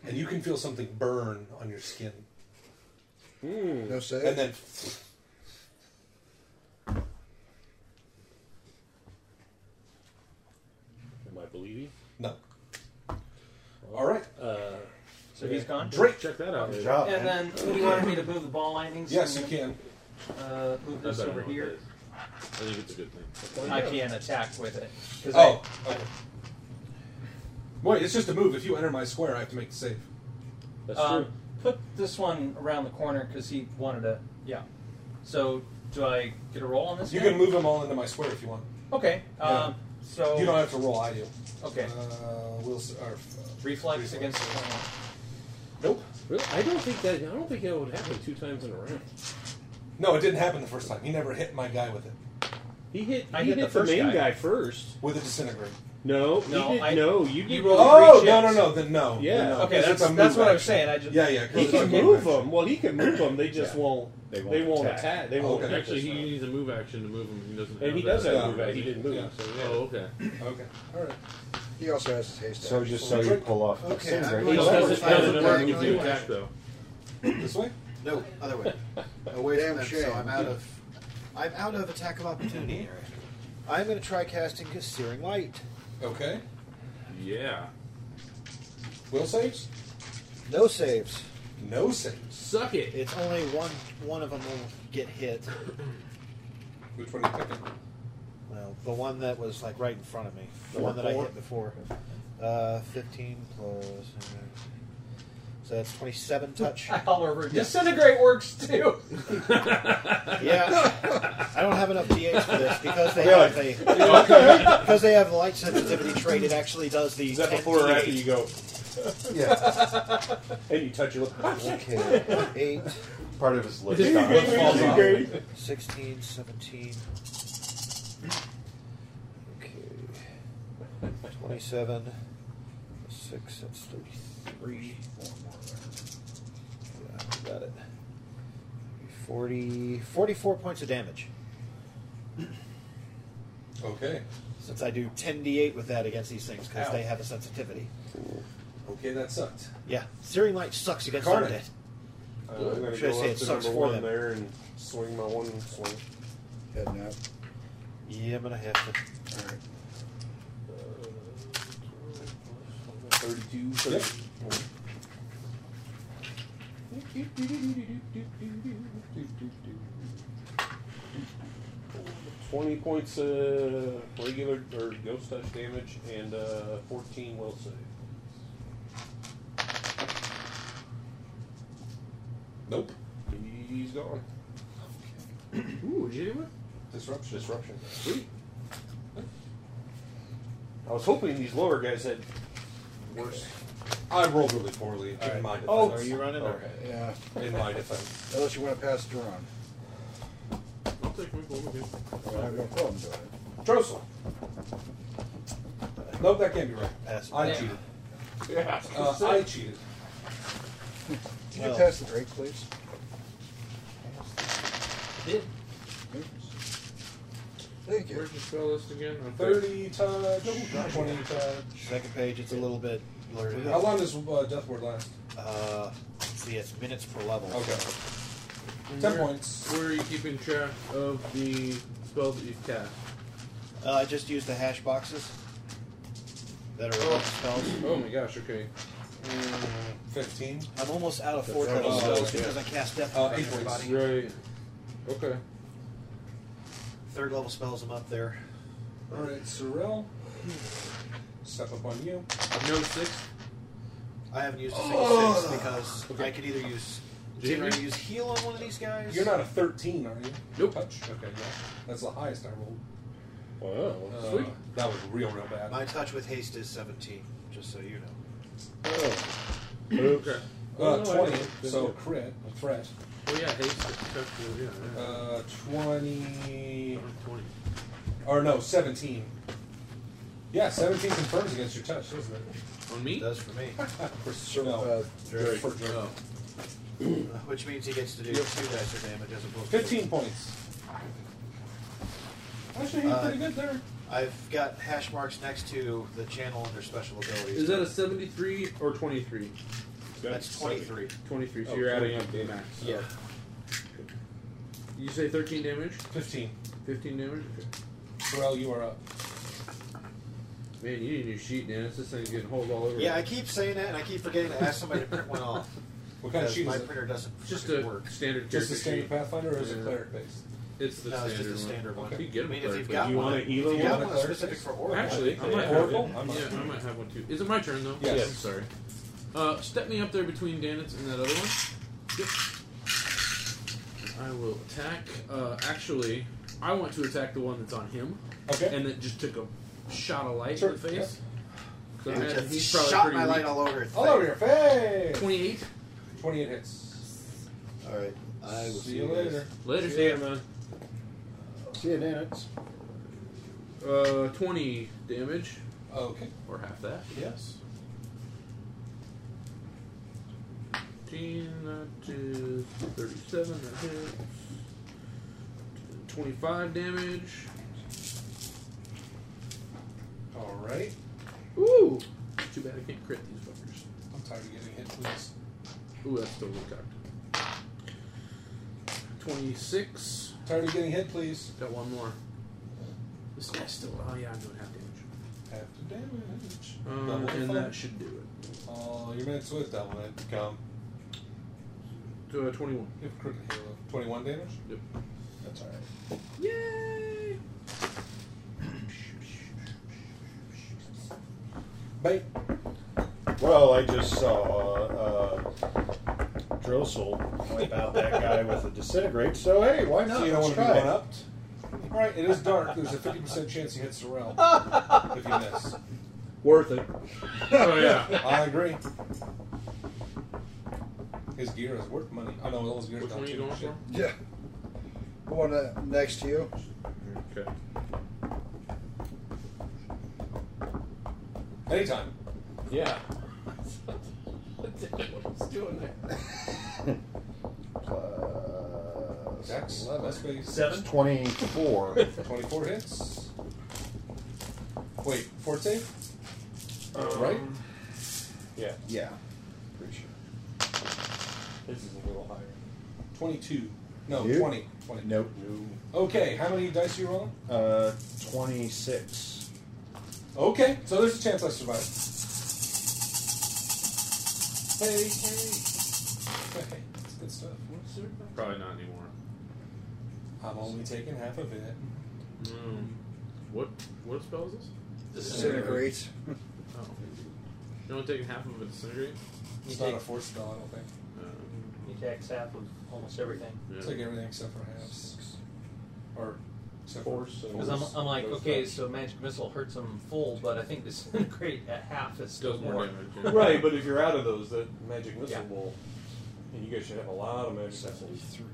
And you can feel something burn on your skin. No save. And then Am I believing? No. All right. Uh, So he's gone? Drake, check that out. later. Oh, and then, do you want me to move the ball lightning? so Yes, I'm you gonna, Uh, move I this better over know what here. I think it's a good thing. I can attack with it. 'cause Oh, I- okay. Wait, it's just a move. If you enter my square, I have to make the save. Um, Put this one around the corner because he wanted to. Yeah. So do I get a roll on this? You guy? can move them all into my square if you want. Okay. Um, So you don't have to roll. I do. Okay. Uh, will or, uh, reflex, against. Nope. Really? I don't think that. I don't think that would happen two times in a round. No, it didn't happen the first time. He never hit my guy with it. He hit. I he hit hit the the first main guy. guy first with a disintegrate. No, you No, did, I- no, you you did. rolled Oh, three no, no, checks. no, then no. Yeah, Then no, 'cause Okay, it's that's- a move that's what I was action. saying, I just- Yeah, yeah, 'cause He it's a can move move action. them. Well, he can move them. They just won't. They won't, attack. They won't. attack Actually, this he round. needs a move action to move him. He doesn't. And he that. does have a move action. He didn't move. Yeah. So, Oh, okay. Okay. All right. He also has his haste. So just so you pull off. Okay. Same I'm grade. going It to doesn't- fight doesn't the work dragon if you anyway. attack, though. This way? No, other way. Away Damn from them, shame. so I'm out of I'm out of attack of opportunity area. I'm going to try casting a Searing Light. Okay. Yeah. Will saves? No saves. No saves. Suck it. It's only one. One of them will get hit. Which one are you picking? Well, the one that was like right in front of me. The Four, one that I four? hit before. Uh, fifteen plus. So that's twenty-seven touch. However, disintegrate works too. Yeah, I don't have enough DH for this because they Really? have a What the heck? because they have light sensitivity trait. It actually does the. Is that 10 before or DH. after you go? Yeah. and you touch your lip. Okay, eight. Part of his lip. Just got- one falls Falls off. off. 16, 17. Okay. 27. 6, that's 33. Yeah, I got it. 40, 44 points of damage. Okay. Since I do 10d8 with that against these things because Ow. they have a sensitivity. Okay, that sucked. Yeah, Searing Light sucks against Carnage. undead. Uh, I'm going to Should I go say up it to sucks number for one them? there and swing my one swing. Head now. Yeah, I'm gonna have to. Thirty-two. Yep. Twenty points uh, regular or ghost touch damage and uh, fourteen will save. Nope. He's gone. Ooh, did you do it? Disruption. Disruption. Sweet. I was hoping these lower guys had worse. I rolled really poorly. In Alright. my defense. Oh, are you running or- Yeah. In my defense. Unless you want to pass it around. I'll take my goal with you. I have no problem doing it. Drossel. Nope, that can't be right. Pass. I Yeah. cheated. Yeah. Uh, I cheated. Can Well. you pass the drink, please? Did. Thank you. Where's your spell list again? I'm 30 touch, 20 touch. Second page, it's a little bit blurred. How long does uh, Death Ward last? Uh, let's see, it's minutes per level. Okay. And Ten where- points. Where are you keeping track of the spells that you've cast? Uh, I just used the hash boxes. that are remote spells. Oh my gosh, okay. 15? I'm almost out of That's fourth right. level Oh, spells yeah. because I cast Death Uh, on eight points. everybody. Right. Okay. Third level spells, I'm up there. Alright, Sorrel. Step up on you. No six. I haven't used a single Oh. six because I could either use Did you either hit me? use heal on one of these guys. You're not a 13, are you? Nope. Touch. Okay, yeah. That's the highest I rolled. Wow, Uh, That was real, real bad. My touch with haste is 17, just so you know. Okay. Uh, Oh, no, I 20, didn't. Uh, so crit, a threat. Oh yeah, haste. Exceptional. Yeah. yeah. Uh, 20. 20. Or no, 17. Yeah, 17 confirms against your touch, doesn't it? On me? Does for me. For sure. No. Drake. For Drake. Which means he gets to do two dice of damage as opposed to 15 points. Actually, he's pretty good there. I've got hash marks next to the channel under special abilities. Is that a 73 or 23? That's 23. 23, so Oh, you're adding 20 up the max. Yeah. You say 13 damage? 15. 15 damage? Okay. Sorrel, you are up. Man, you need a new sheet, Dan. This thing's getting holes all over. Yeah, I keep saying that, and I keep forgetting to ask somebody to print one off. What kind Because of sheet My is it? printer doesn't Just freaking a work. standard Just character a standard sheet. Pathfinder or is it Yeah. cleric based? It's the No, it's standard just a one. standard one. You can get I mean, a if cleric you've based. got You one- want if an you Elo got one? one specific for Oracle, Actually, I I think might I have have one. it. I'm Yeah, not- I might have one too. Is it my turn though? Yes. Yeah, sorry. Uh, step me up there between Danitz and that other one. Yep. I will attack. Uh, actually, I want to attack the one that's on him. Okay. And that just took a shot of light Sure, in the face. So I Yeah, imagine just he's probably shot pretty my weak. light all over. All over your face! 28. 28 hits. All right. I will See you later. Later, See ya, man. See you, Danitz. Uh, 20 damage. Okay. Or half that. Yes. 15, that is 37, uh, that hits. 25 damage. Alright. Ooh! Too bad I can't crit these fuckers. I'm tired of getting hit, please. Ooh, that's totally cocked. 26. Tired of getting hit, please. Got one more. This guy's still. Oh, yeah, I'm doing half damage. Half the damage. Um, Double and fun. that should do it. Oh, your minutes with double it. Come. To, uh, 21. You have crit halo. 21 damage? Yep. That's alright. Yay! Bye. Well, I just saw uh, Drossel wipe out that guy with a disintegrate, so hey, why not? So you don't Let's want try to be it. one upped? Alright, it is dark. There's a 50% chance you hit Sorrel if you miss. Worth it. oh, yeah. I agree. His gear is worth money. I know all his gear Which one are you going for? Yeah. The one uh, next to you. Okay. Anytime. Yeah. what was doing there? Plus Dex, 11. plus base. It's 24. 24 hits. Wait, fort save? right? Um, Yeah, yeah. Pretty sure. his is a little higher. 22. No, You? 20. 20. Nope. Okay, how many dice you rolling? Uh, 26. Okay, so there's a chance I survive. Hey, hey. Hey, it's good stuff. Probably not anymore. I'm only taking half of it. Mm. What what spell is this? Disintegrate. Oh. You're only taking half of a disintegrate? It's not a force spell, I don't think. Uh, He takes half of almost everything. yeah. It's like everything except for halves. Or except Force, for so- Because I'm, I'm like, Those okay, guys. so magic missile hurts him full, but I think disintegrate at half is still Does more more. damage, yeah. right. Right, but if you're out of those, that magic missile Yeah. will. And you guys should have a lot of magic missiles. 73.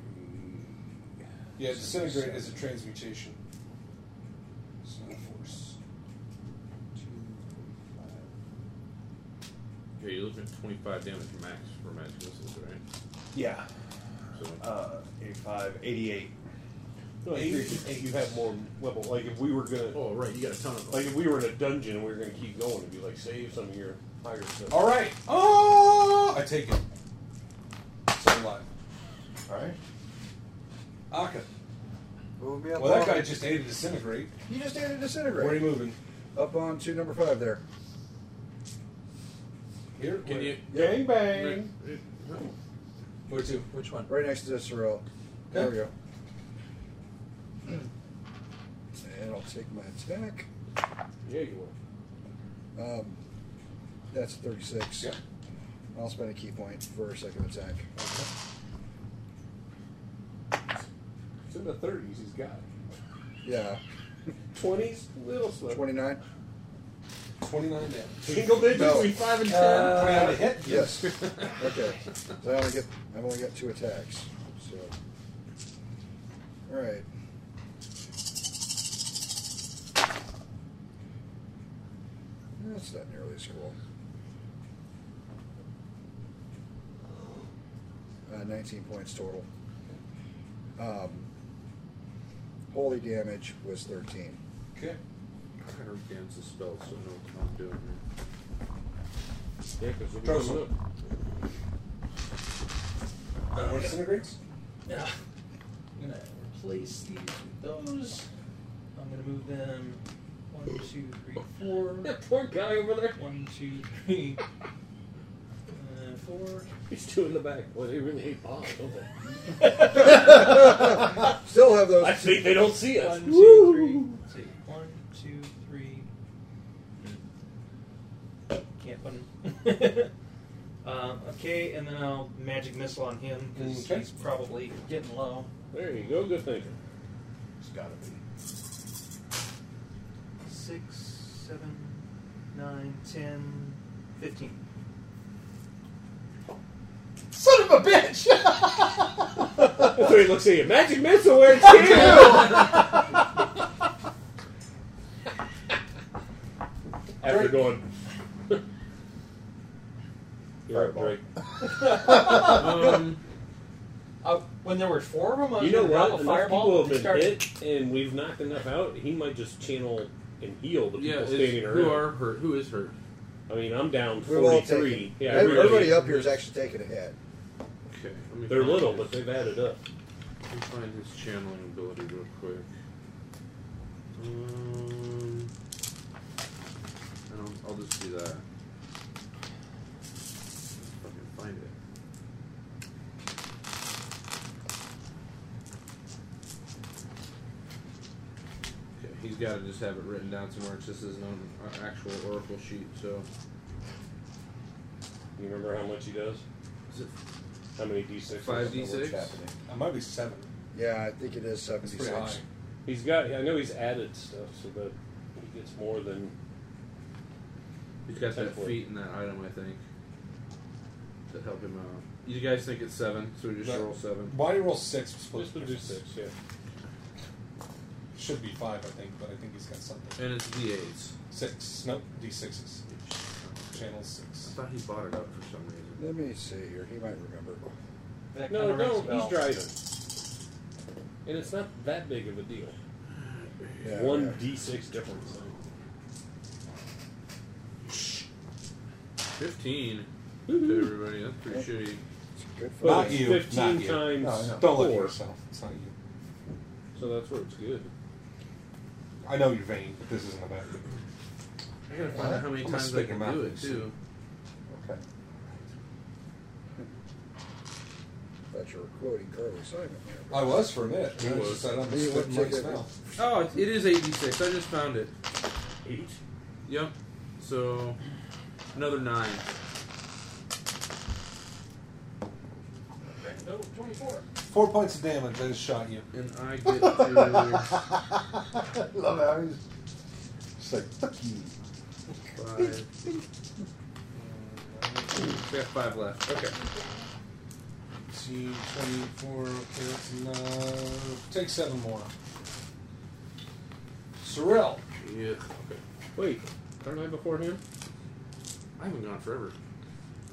Yeah, disintegrate is a transmutation. It's not a force. Okay, you're looking at 25 damage max for magic missiles, right? Yeah. So, Uh, 85, 88. No, if you're- if you have more weapon. Like if we were gonna, oh, right, you got a ton of them. like if we were in a dungeon and we were gonna keep going, it'd be like save some of your higher stuff. All right. Oh, I take it. So I'm alive. All right. Aka. Move me up Well, that on- guy just ate a disintegrate. You just ate a Where are disintegrate. you moving? Up on to number five there. Here? Can you? Gang bang. Where to? Which one? Right next to the Sorrel. There we go. And I'll take my attack. Yeah, you will. Um, that's 36. Yeah. I'll spend a key point for a second attack. It's in the 30s he's got. Yeah. 20s, little slip. 29. 29 damage. Single digits No. between 5 and 10. Uh, Twenty on a hit? Yes. okay. So I only get I've only got two attacks. So all right. That's not nearly as cool. Uh, 19 points total. Um, holy damage was 13. Okay. I heard Dan's a spell, so I know what I'm doing Yeah, because Throw some. That one disintegrates? Yeah. I'm gonna replace these with those. I'm gonna move them one, two, three, four. That poor guy over there. One, two, three, uh, four. He's two in the back. Well, they really hate Bob, don't they? Still have those. I think they don't see us. One, two, three. Two. One, two, three. Can't button. um, okay, and then I'll magic missile on him because Okay. he's probably getting low. There you go, good thinking. It's gotta be. Six, seven, nine, ten, fifteen. Son of a bitch! so he looks at you. Magic missile, where's you? After going. You're right, Drake. um, uh, when there were four of them, I was You know gonna what? grab Enough A fireball people and have been start- hit, and we've knocked enough out. He might just channel and heal the people Yeah, it's- standing around. who are hurt? Who is hurt? I mean, I'm down We've all forty-three. taken. Yeah, everybody, everybody. up here is actually taking a hit. Okay. let me They're find little, his- but they've added up. Let me find his channeling ability real quick. Um, I don't, I'll just do that. Let's fucking find it. Okay, he's got to just have it written down somewhere. It's just his own uh, actual oracle sheet. So You remember how much he does? Is it How many d6? Five d6? It might be seven. Yeah, I think it is 76. He's got. I know he's added stuff so that he gets more than. He's got that Template. feat and that item, I think, to help him out. You guys think it's seven, so we just That- roll seven. Why do you roll six? Split Just to do six, yeah. Should be five, I think, but I think he's got something. And it's d8s. Six. No, D6s. Channel six. I thought he bought it up for some reason. Let me see here. He might remember. That No, kinda rings no, a bell. he's driving, and it's not that big of a deal. Yeah, One yeah. d6 difference. 15 to everybody. That's pretty shitty. Good for Not you, 15 not you. times No, no, four. Don't look at yourself. It's not you. So that's where it's good. I know you're vain, but this isn't about you. I gotta find out how many I'm gonna times I stick can him out do and it, see. too. Okay. Thought you were quoting Carly Simon there. I was for a minute. and He I was. just said, I'm He just would spitting my take it. smell. Oh, it- it is 86. I just found it. Eight. Yep. So, another nine. No, 24. Four points of damage. I just shot you. And I get to Love how he's just like, fuck you. five. We got five left. Okay. 18, 24, okay, that's enough. Take seven more. Sorrel. Yeah. Okay. Wait, aren't I before him? I haven't gone forever.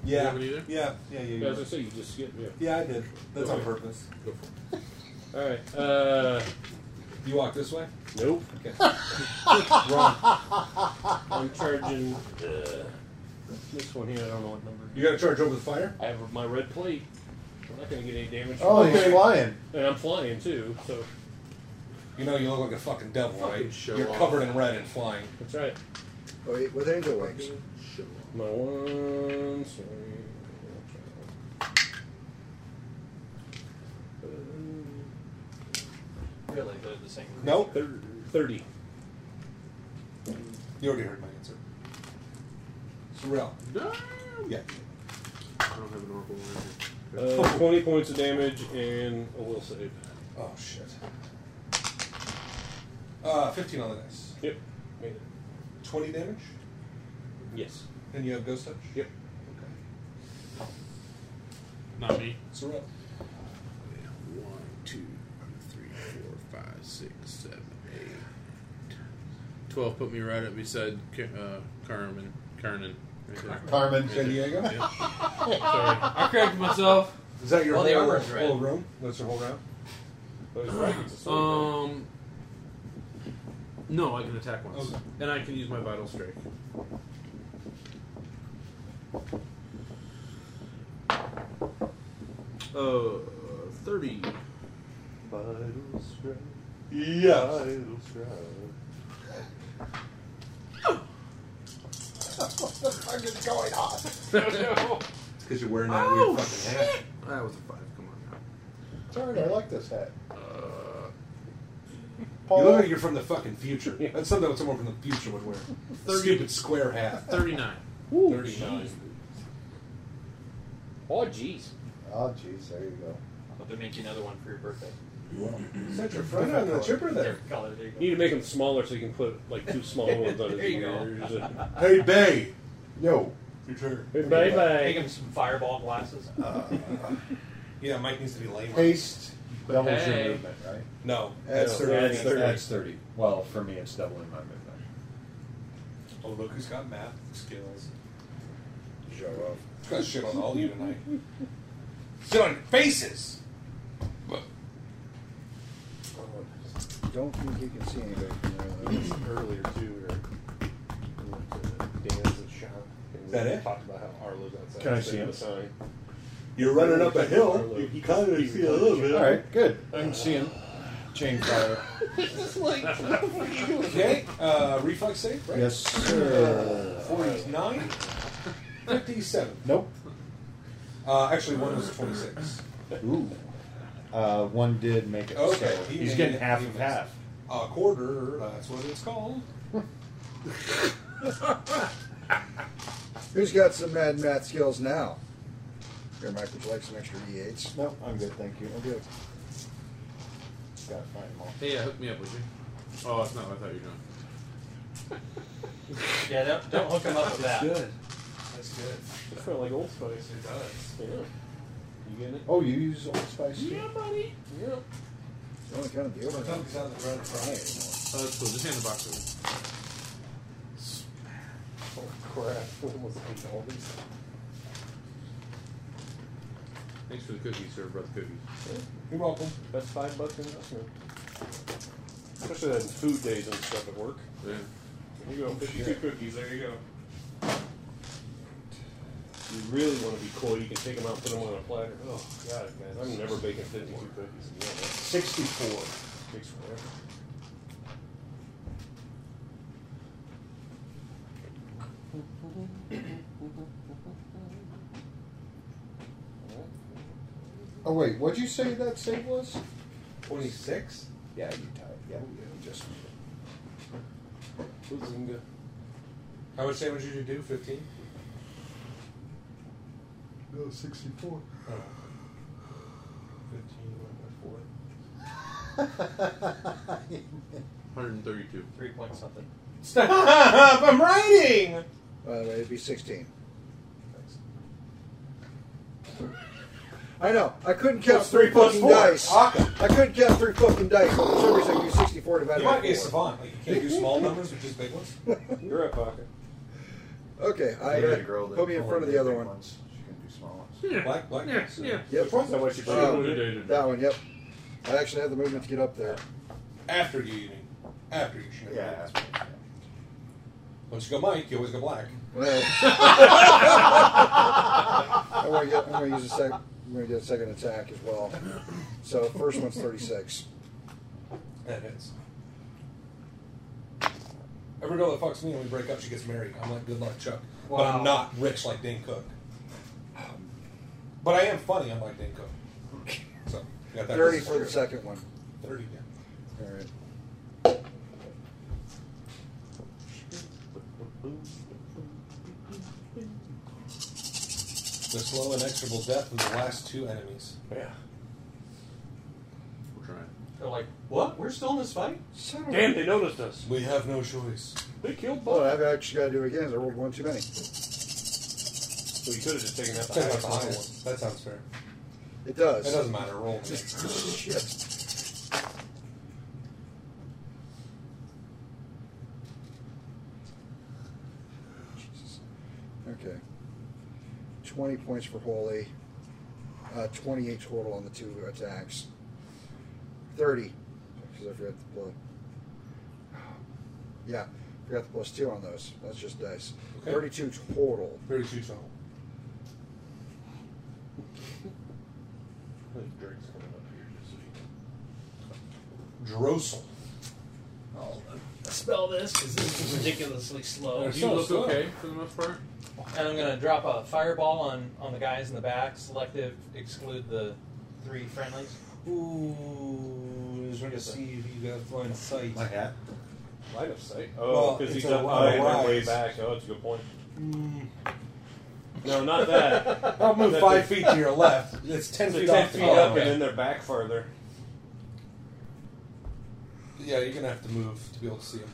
Yeah. You haven't either? Yeah, yeah, yeah. Yeah, as I say, you just skip. Yeah. Yeah, I did. That's Go on ahead. purpose. Go for it. All right. Uh, You walk this way? nope. Okay. Wrong. I'm charging uh, this one here. I don't know what number. You gotta charge over the fire? I have my red plate. I'm not gonna get any damage. Oh, from he's it. flying. And I'm flying too. So You know you look like a fucking devil, Fucking right? show You're off. covered in red and flying. that's right. Wait, Oh, with angel wings. My one, so- Really, they're the same. No, thir- thirty. You already heard my answer. Sorrel. Yeah. I don't have an oracle Uh, Twenty points of damage and a will save. Oh shit. Uh, 15 on the dice. Yep. Made it. 20 damage? Yes. And you have ghost touch? Yep. Not me. Sorrel. One, two, three, four, five, six, seven, eight. Twelve put me right up beside Ca- uh, Carmen. Carmen. Right there. Carmen. Right there. San Diego? Yeah. Sorry. I corrected myself. Is that your Well, the whole, armor's red. whole room? Oh, That's your whole round? Um. No, I can attack once, Okay. and I can use my vital strike. Uh, thirty. Vital strike. Yes. Vital strike. What the fuck is going on? It's because you're wearing that Oh, weird fucking hat. That was a five. Come on now. Darn, I like this hat. You look like you're from the fucking future. That's something that someone from the future would wear. Stupid square hat. Thirty-nine. Ooh, 39. jeez. Oh, jeez. Oh, jeez, there you go. Hope they make you another one for your birthday. Is that your friend on the chipper there? Different color. There you go. You need to make them smaller so you can put like two small ones on his There you go. ear. Just a- Hey, Bay. Yo. Your turn. Hey, Bay, Make Bay. him some fireball glasses. Yeah, Mike needs to be lame. Haste doubles Hey. your movement, right? No, that's No, 30. That's, thir- that's 30. Well, for me, it's doubling my movement. Oh, look who's got math skills. Show off. It's got shit on all of you tonight. Shit on your faces! Don't think you can see anybody from there. though. Earlier, too, we were we went to Dan's and shop. And Is that we it? Talked about how Arlo's outside. Can I the see him? sign. You're running up a hill. You can kind of see a little bit. All right, good. I can see him. Chain fire. Okay, uh, reflex save, right? Yes, sir. 49, 57. Nope. Uh, actually, one was 26. Ooh. Uh, one did make it. Okay, so he he's made getting it. half He of missed. half. A quarter, uh, that's what it's called. Who's got some mad math skills now? Here, Mike, would you like some extra D8s? No, I'm good, thank you. I'm good. Gotta find them all. Hey, yeah, hook me up, would you? Oh, that's not what I thought you were doing. Yeah, don't, don't hook him up with that. That's good. It's not like Old Spice. It does. Yeah. You get it? Oh, you use Old Spice? too? buddy. Yep. It's the only kind of My deodorant. I tongue's out the front of buy my head. anymore. Oh, that's cool. Just hand the box over. Oh, crap. We almost ate all these. Thanks for the cookies, sir. Brother cookies. You're welcome. That's five bucks investment. Especially on food days and stuff at work. Yeah. There you go. 52 cookies. There you go. You really want to be cool. You can take them out and put them on a platter. Oh, God, guys. I'm never baking 52 cookies again. That 64. takes forever. Oh, wait, what'd you say that save was? 26? Yeah, you tied. Yeah, just. Bazinga. How much damage did you do? 15? No, 64. 15 4. 132. Three point something. Stop! I'm writing! By the way, it'd be 16. I know. I couldn't count Plus three three plus fucking four. dice. Aka. I couldn't count three fucking dice. but For some reason, I used 64 divided You might be by a four. savant. Like, you can't do small numbers, which is big ones. You're up, pocket. Okay, I There's a uh, girl that put me in only front of did the other big one. ones. She can do small ones. Black, black. Yeah, yeah. Yep. Is that what you Uh, put in? that one, yep. I actually have the movement to get up there. After you, you mean. After you should have done Yeah. this. Once you go Mike, you always go black. Well, I'm going to use a sec. I'm going to get a second attack as well. So first one's 36. That is. Every girl that fucks me and we break up, she gets married. I'm like, good luck, Chuck. But Wow. I'm not rich like Dane Cook. But I am funny. I'm like Dane Cook. So you got that 30 for the second one. Thirty. All right. The slow and inexorable death of the last two enemies. Yeah. We're trying. They're like, what? We're still in this fight? Damn, they noticed us. We have no choice. They killed Well, I've actually got to do it again. I rolled one too many. So you could have just taken that Take out the high one. That sounds fair. It does. It doesn't matter. Roll. Shit. Okay. 20 points for Holy. Uh, 28 total on the two attacks. 30. Because I forgot the plus. Yeah, forgot the plus two on those. That's just dice. Okay. 32 total. 32 total. Drake's coming up here to see. Drossel. I'll uh, spell this because this is ridiculously slow. You look okay for the most part. And I'm going to drop a fireball on, on the guys in the back, selective, exclude the three friendlies. Ooh, just trying to see if you got flying sight. My hat. Line of sight. Well, Oh, because it's he's a up wide high and they're way rise. back. Oh, that's a good point. No, not that. I'll move That five they- feet to your left. It's 10 So feet ten off the feet ground. up, Okay. and then they're back farther. Yeah, you're gonna have to move to be able to see them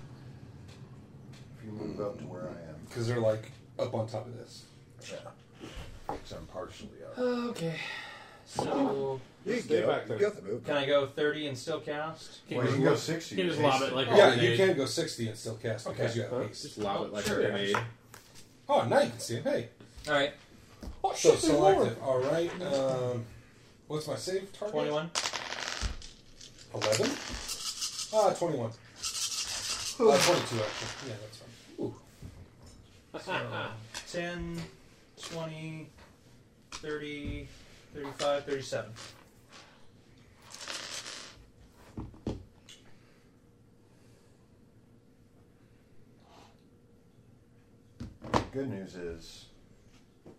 If you move up to where I am, because they're like up on top of this. because I'm partially up. Okay. So. You Stay get back up. You got the move. Can I go 30 and still cast? Well, you can go 60. You can just lob it like a yeah, grenade. you can go 60 and still cast because Okay. you have haste. Just lob it like a grenade. Oh, now you can see him. Hey. All right. Oh, so shit, they selective. All right. Um, what's my save target? 21. 11? Ah, 21. Uh, 22, actually. Yeah, that's fine. Ooh. So 10, 20, 30, 35, 37. Good news is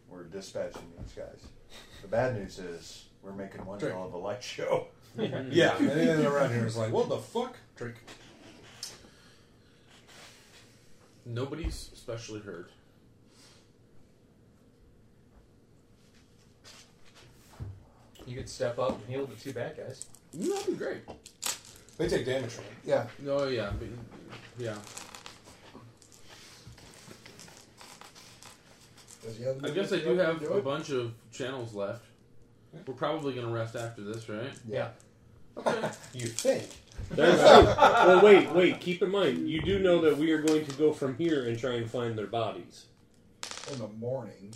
we're dispatching these guys. The bad news is we're making one Drake. hell of a light show. yeah, anything around here is like, what the fuck? Drink. Nobody's especially hurt. You could step up and heal the two bad guys. That'd be great. They take damage from it. Yeah. Oh, No, yeah, but, yeah. Does he have I the guess I move do up have to do a it? bunch of channels left. We're probably gonna rest after this, right? Yeah. Okay. you think? There's well, wait, wait. Keep in mind, you do know that we are going to go from here and try and find their bodies. in the morning.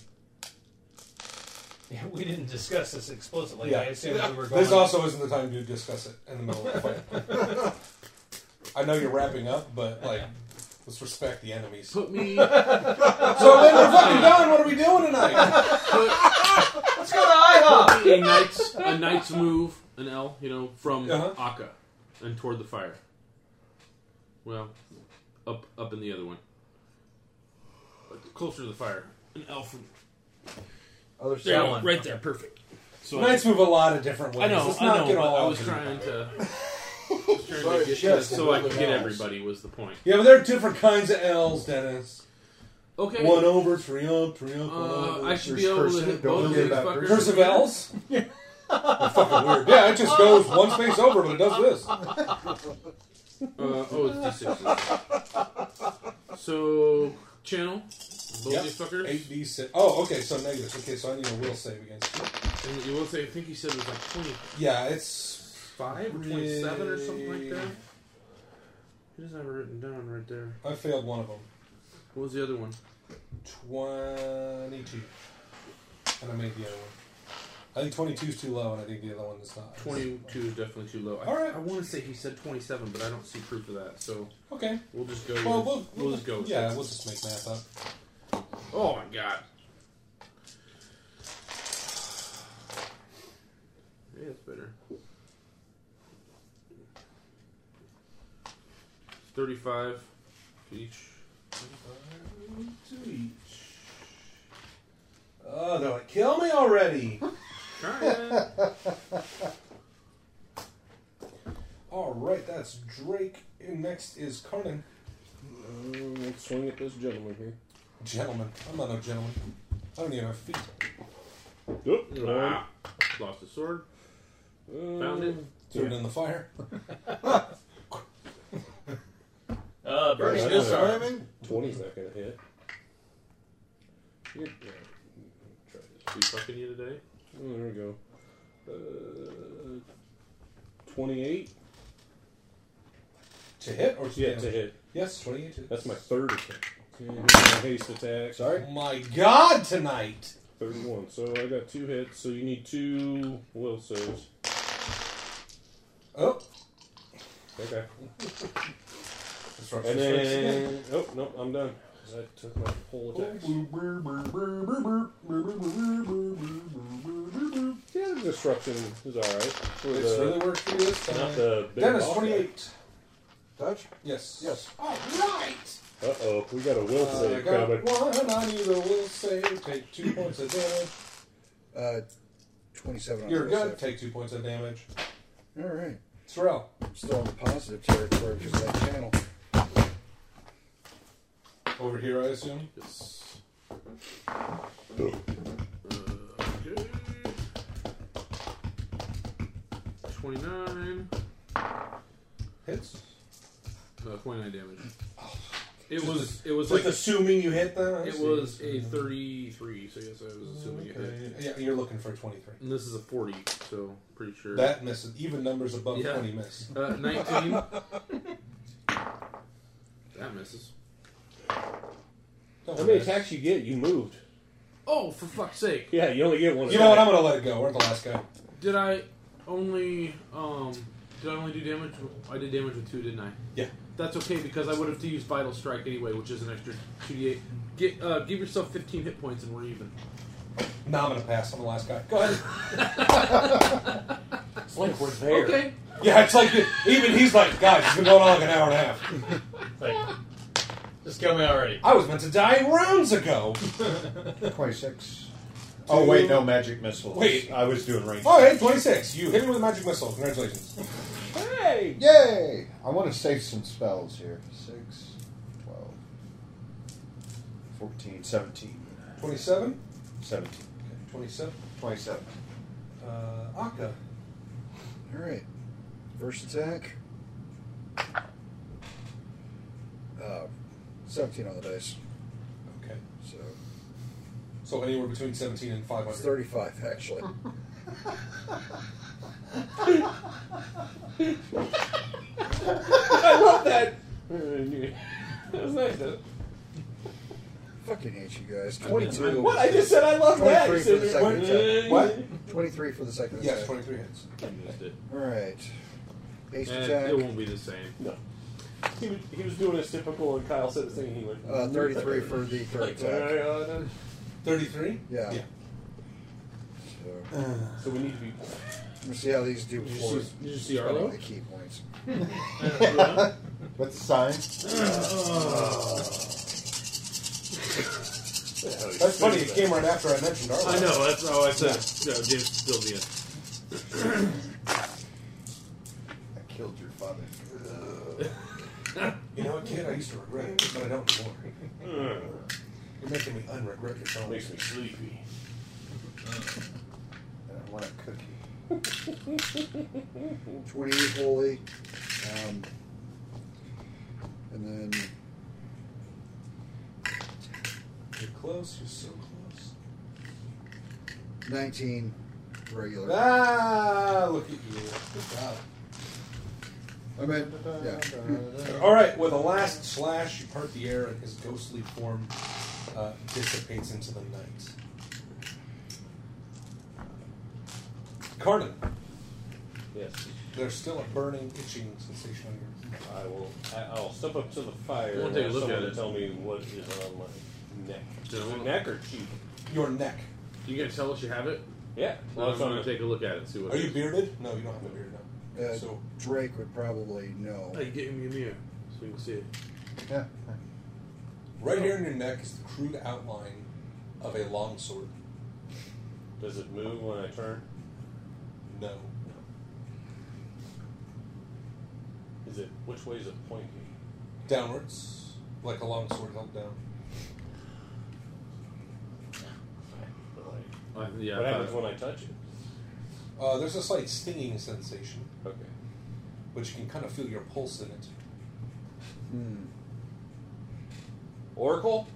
we didn't discuss this explicitly. I yeah. assumed we were going This also isn't the time to discuss it in the middle of the fight. I know you're wrapping up, but like, let's respect the enemies. Put me. so then we're fucking done. What are we doing tonight? Let's go to IHOP! a knight's a knight's move, an L, you know, from Uh-huh. Akka and toward the fire. Well, up up in the other one, But closer to the fire. An L from Other There you go, side. right there, perfect. Knights move a lot of different ways. I know, Let's I not know. get but all I was up in trying it. to. was trying to get to this so I could get everybody was the point. Yeah, but there are different kinds of L's, Dennis. Okay. One oh, over, three up, three up, one Uh, over. I should be able to hit both of these fuckers. Curse of L's? That's fucking weird. Yeah, it just goes one space over, but it does this. Uh, oh, it's D6. So, channel. Both Yep. these fuckers. 8d6. Oh, okay, so negative. Okay, so I need a will save against you. And you will say, I think he said it was like 20. Yeah, it's. 5 or 27 or something like that. It is ever written down right there. I failed one of them. What was the other one? 22. And I made the other one. I think 22 is too low, and I think the other one is not. 22 is definitely too low. I, All right. I want to say he said 27, but I don't see proof of that. So Okay. we'll just go. Well, with- we'll, we'll, just go. with Yeah, it. we'll just make math up. Oh my god. Yeah, it's better. Thirty-five Each. Two each. Oh, they're like, kill me already! All right, that's Drake, and next is Conan. let's swing at this gentleman here. Gentleman, I'm not no gentleman. I don't even have feet. Ah, lost a sword. Found it. Threw it in the fire. Uh, Bernie Kosar. Twenty's not gonna hit. You're We fucking you today? Oh, there we go. Uh, Twenty-eight. To hit or to yeah, damage? to hit. Yes, 28 to- That's my third attack. Okay, here's my haste attack. Sorry? Oh my God, tonight! Thirty-one. So I got two hits. So you need two will saves. Oh. Okay. Disruption and then, strikes. oh no, I'm done. I took my whole attack. Yeah, the disruption is all right. For It's the- really worked for you this time. Not the big Dennis, boss guy. 28. Touch? Yes. Yes. All right. Uh oh, we got a will Uh, I save got coming. one on you that will save. Take two points of damage. Uh, 27 on You're the will good. save. Take two points of damage. All right. Terrell. I'm still in the positive territory because of that channel. Over here, I assume? Yes. Twenty-nine. Hits. Uh, Twenty-nine damage. It was. It was Just like assuming you hit that? I It see. was a thirty-three. So I guess I was assuming you Okay. hit. Uh, Yeah, you're looking for 23. And this is a forty. So pretty sure That misses. Even numbers above Yeah. 20 miss. Uh, Nineteen. that misses. How many attacks you get? You moved. Oh, for fuck's sake! Yeah, you only get one. You know what? I'm going to let it go. We're the last guy. Did I only um did I only do damage? I did damage with two, didn't I? Yeah. That's okay because I would have to use vital strike anyway, which is an extra two d eight. Get uh, give yourself fifteen hit points and we're even. No, I'm going to pass. I'm the last guy. Go ahead. it's like we're there. Okay. Yeah, it's like even he's like, guys, it's been going on like an hour and a half. Just kill me already. I was meant to die rounds ago. 26. Oh wait, no magic missiles. Wait. I was doing range. All right, 26. You hit him with a magic missile. Congratulations. Hey! Yay! I want to save some spells here. 6, 12, 14, 17. 27? 17. 27. 27. Uh, Akka. All right. First attack. Uh, 17 on the dice. Okay. So So anywhere between 17 and 500. it's 35, actually. I love that. that was nice. Though. Fucking hate you guys. I mean, 22. what? I just said I love that. 23 You For said the it- second attack. What? 23 for the second Yes, attack. 23 hits. missed it. All right. Haste And attack. it won't be the same. No. He was, he was doing his typical, and Kyle said the thing. He went Uh, 33 for the third Like, attack. "Alright, uh, done." 33? Yeah. Yeah. So, So we need to be. Let's see how these do Did you before. see- did you see Arlo? The key points. What's the sign? Oh, That's funny. It came right after I mentioned Arlo. I know. That's how I said. No, James still be it. I killed your father. You know what, kid? I used to regret it, but I don't anymore. You're making me unregret your phone. Makes me sleepy. And I want a cookie. 28 holy. Um, and then You're close. You're so close. 19 regular. Ah, look at you. Good job. I mean, yeah. All right, with a last slash, you part the air, and his ghostly form uh, dissipates into the night. Carnan, Yes. there's still a burning, itching sensation on your. I will. I, I'll step up to the fire. We'll and take a ask look someone at to it. Tell me what is on my neck. Yeah, we'll- neck or cheek? Your neck. You gonna tell us you have it? Yeah. Well, Well, I'm that's what gonna I'm- take a look at it. See what. Are it you is. bearded? No, you don't have a beard now. Uh, so Drake would probably know. Hey, get him your mirror so you can see it. Yeah. Right here in your neck is the crude outline of a longsword. Does it move when I turn? No. Is it which way is it pointing? Downwards, like a longsword held down. Like, Uh, yeah, what I happens thought- when I touch it? Uh, there's a slight stinging sensation. Okay. But you can kind of feel your pulse in it. Hmm. Oracle?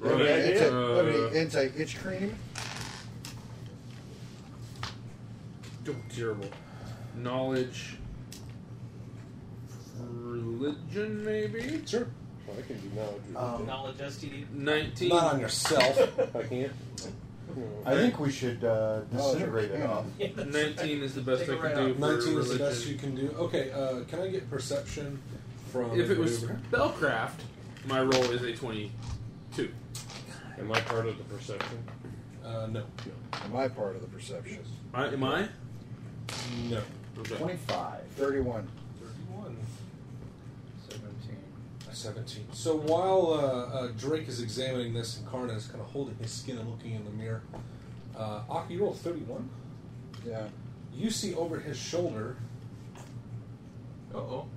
Let me, Right. insight, let me Uh, insight. Itch cream. Durable. Knowledge. Religion, maybe? Sure. Well, I can do knowledge. Um, Knowledge STD. 19. Not on yourself. I can't. I think we should uh, disintegrate it off. 19 is the best I can do. For 19 is the religion. best you can do. Okay, uh, can I get perception from. If it was maneuver? Spellcraft, my roll is a 22. Am I part of the perception? Uh, no. Am I part of the perception? Uh, I, am I? No. Okay. 25. 31. 31. 17. So while uh, uh, Drake is examining this and Karna is kind of holding his skin and looking in the mirror, uh, Aki, you roll 31. Yeah. You see over his shoulder Uh oh.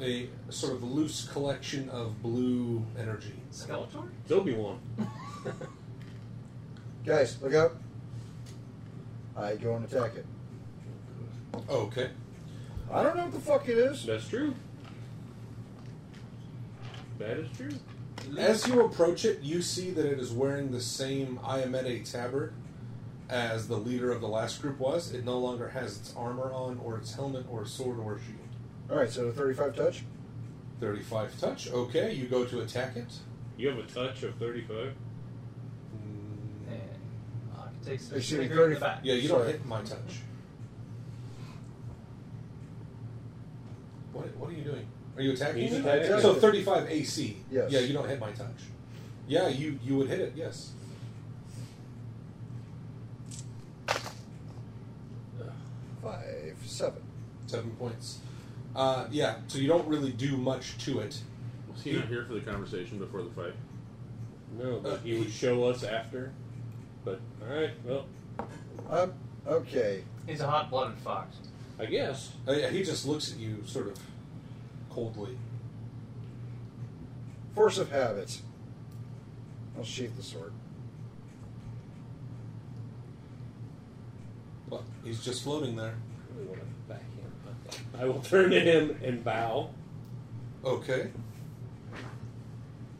a sort of loose collection of blue energy. Skeletor? It's Obi-Wan. Guys, look up. I go and attack it. Oh, Okay. I don't know what the fuck it is. That's true. That is true. As you approach it, you see that it is wearing the same Ayamete tabard as the leader of the last group was. It no longer has its armor on, or its helmet, or sword, or shield. All right, so 35 touch. 35 touch. Okay, you go to attack it. You have a touch of 35? And uh, it takes Excuse me, a finger in 30. the back. Mm, Yeah, you don't Sorry. hit my touch. What, what are you doing? Are you attacking He's me? attacking. So 35 AC. Yes. Yeah, you don't hit my touch. Yeah, you, you would hit it, yes. Five, seven. Seven points. Uh, yeah, so you don't really do much to it. Was he not here for the conversation before the fight? No, but he would show us after. But, alright, well, Um, okay. He's a hot blooded fox. I guess. Uh, yeah, he just looks at you sort of coldly. Force of habit. I'll sheath the sword. Well, he's just floating there. I want to back him. I will turn to him and bow. Okay.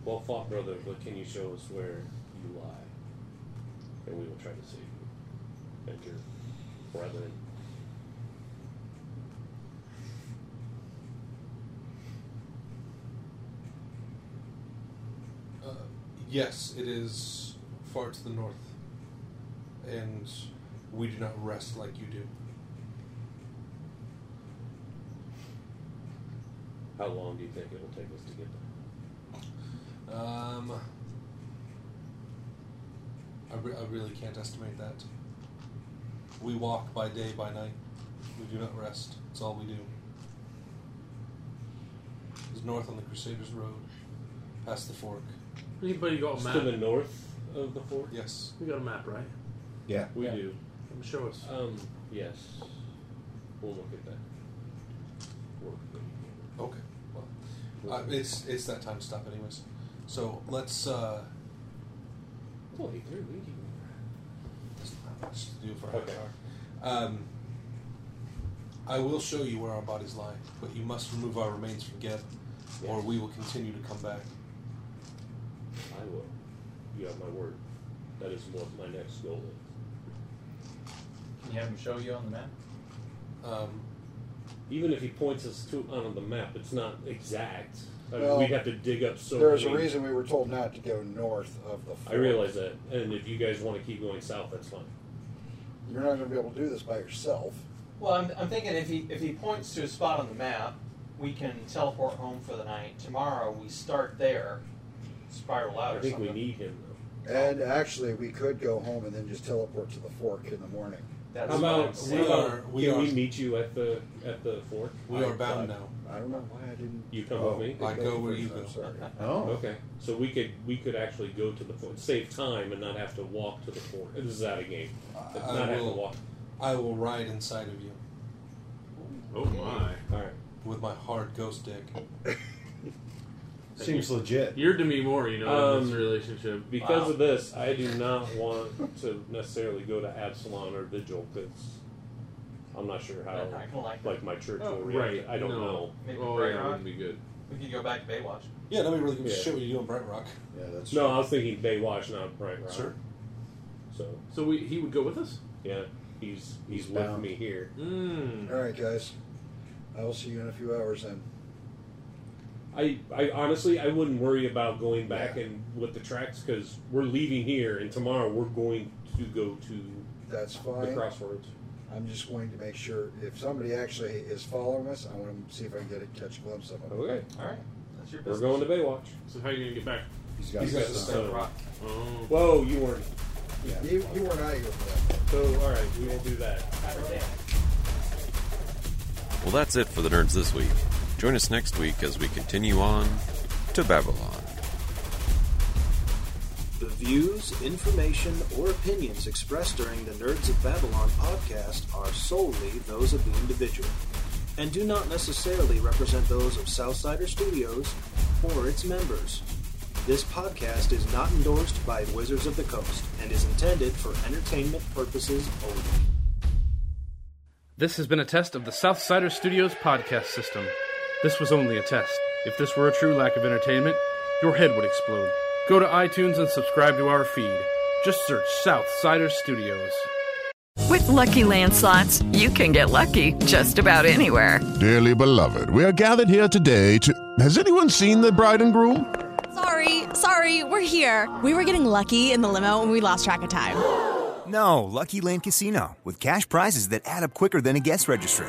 Well fought, brother, but can you show us where you lie? And we will try to save you. And your brethren. Uh, yes, it is far to the north. And we do not rest like you do. How long do you think it will take us to get there? Um, I, re- I really can't estimate that. We walk by day, by night. We do not rest. It's all we do. It's north on the Crusaders Road, past the fork. Anybody Oh, got a Just map? to the north of the fort? Yes. We got a map, right? Yeah. We Yeah. do. Come show us. Uh, Um, yes. We'll look at that. Work. Okay. Well, uh, it's it's that time to stop, anyways. So let's. Uh, Holy, they're leading. there's not much to do for half Okay. an hour. Um, I will show you where our bodies lie, but you must remove our remains from Geb, or Yes. we will continue to come back. I will. You have my word. That is what my next goal is. Can you have him show you on the map? Um, Even if he points us to on the map, it's not exact. I mean, Well, we'd have to dig up so. There's a many- reason we were told not to go north of the I fort. realize that, and if you guys want to keep going south, that's fine. You're not going to be able to do this by yourself. Well, I'm, I'm thinking if he if he points to a spot on the map, we can teleport home for the night. Tomorrow we start there, spiral out I or think something. we need him. And actually, we could go home and then just teleport to the fork in the morning. That's what How about I'm we saying. are, we Can are, we we meet you at the at the fork? We are bound now. I don't know why I didn't. You come Oh, with me. I go where you go. Sorry. Oh. Okay. So we could we could actually go to the fork, save time, and not have to walk to the fork. This is out of game. I not have to will- walk. I will ride inside of you. Oh my. All right. With my hard ghost dick. Seems legit. You're Demi Moore, you know, in Um, this relationship. Because Wow. of this, I do not want to necessarily go to Absalon or Vigil because I'm not sure how They're not gonna like like, that. my church Oh, will react. right. I don't No. know. Maybe Oh, Bright yeah, it Rock? wouldn't be good. We could go back to Baywatch. Yeah, nobody really gives a Yeah. shit what you do in Bright Rock. Yeah, that's No, I was thinking Baywatch, not Bright Rock. Sure. So So we, he would go with us? yeah, he's he's, with bound. me here. Mm. All right, guys. I will see you in a few hours then. I, I honestly I wouldn't worry about going back and with the tracks because we're leaving here and tomorrow we're going to go to That's the fine. crossroads. I'm just going to make sure if somebody actually is following us, I want to see if I can get a catch a glimpse of them. Okay. All right. That's your We're business. going to Baywatch. Uh, So how are you going to get back? He's got He's got the the stone. stone. Rock. Oh. Whoa, you weren't. Yeah. You, you weren't out here for that. So all right, we will do that. Well, that's it for the nerds this week. Join us next week as we continue on to Babylon. The views, information, or opinions expressed during the Nerds of Babylon podcast are solely those of the individual and do not necessarily represent those of Southsider Studios or its members. This podcast is not endorsed by Wizards of the Coast and is intended for entertainment purposes only. This has been a test of the Southsider Studios podcast system. This was only a test. If this were a true lack of entertainment, your head would explode. Go to iTunes and subscribe to our feed. Just search Southsider Studios. With Lucky Land slots, you can get lucky just about anywhere. Dearly beloved, we are gathered here today to. Has anyone seen the bride and groom? Sorry, sorry, we're here. We were getting lucky in the limo and we lost track of time. No, Lucky Land Casino with cash prizes that add up quicker than a guest registry.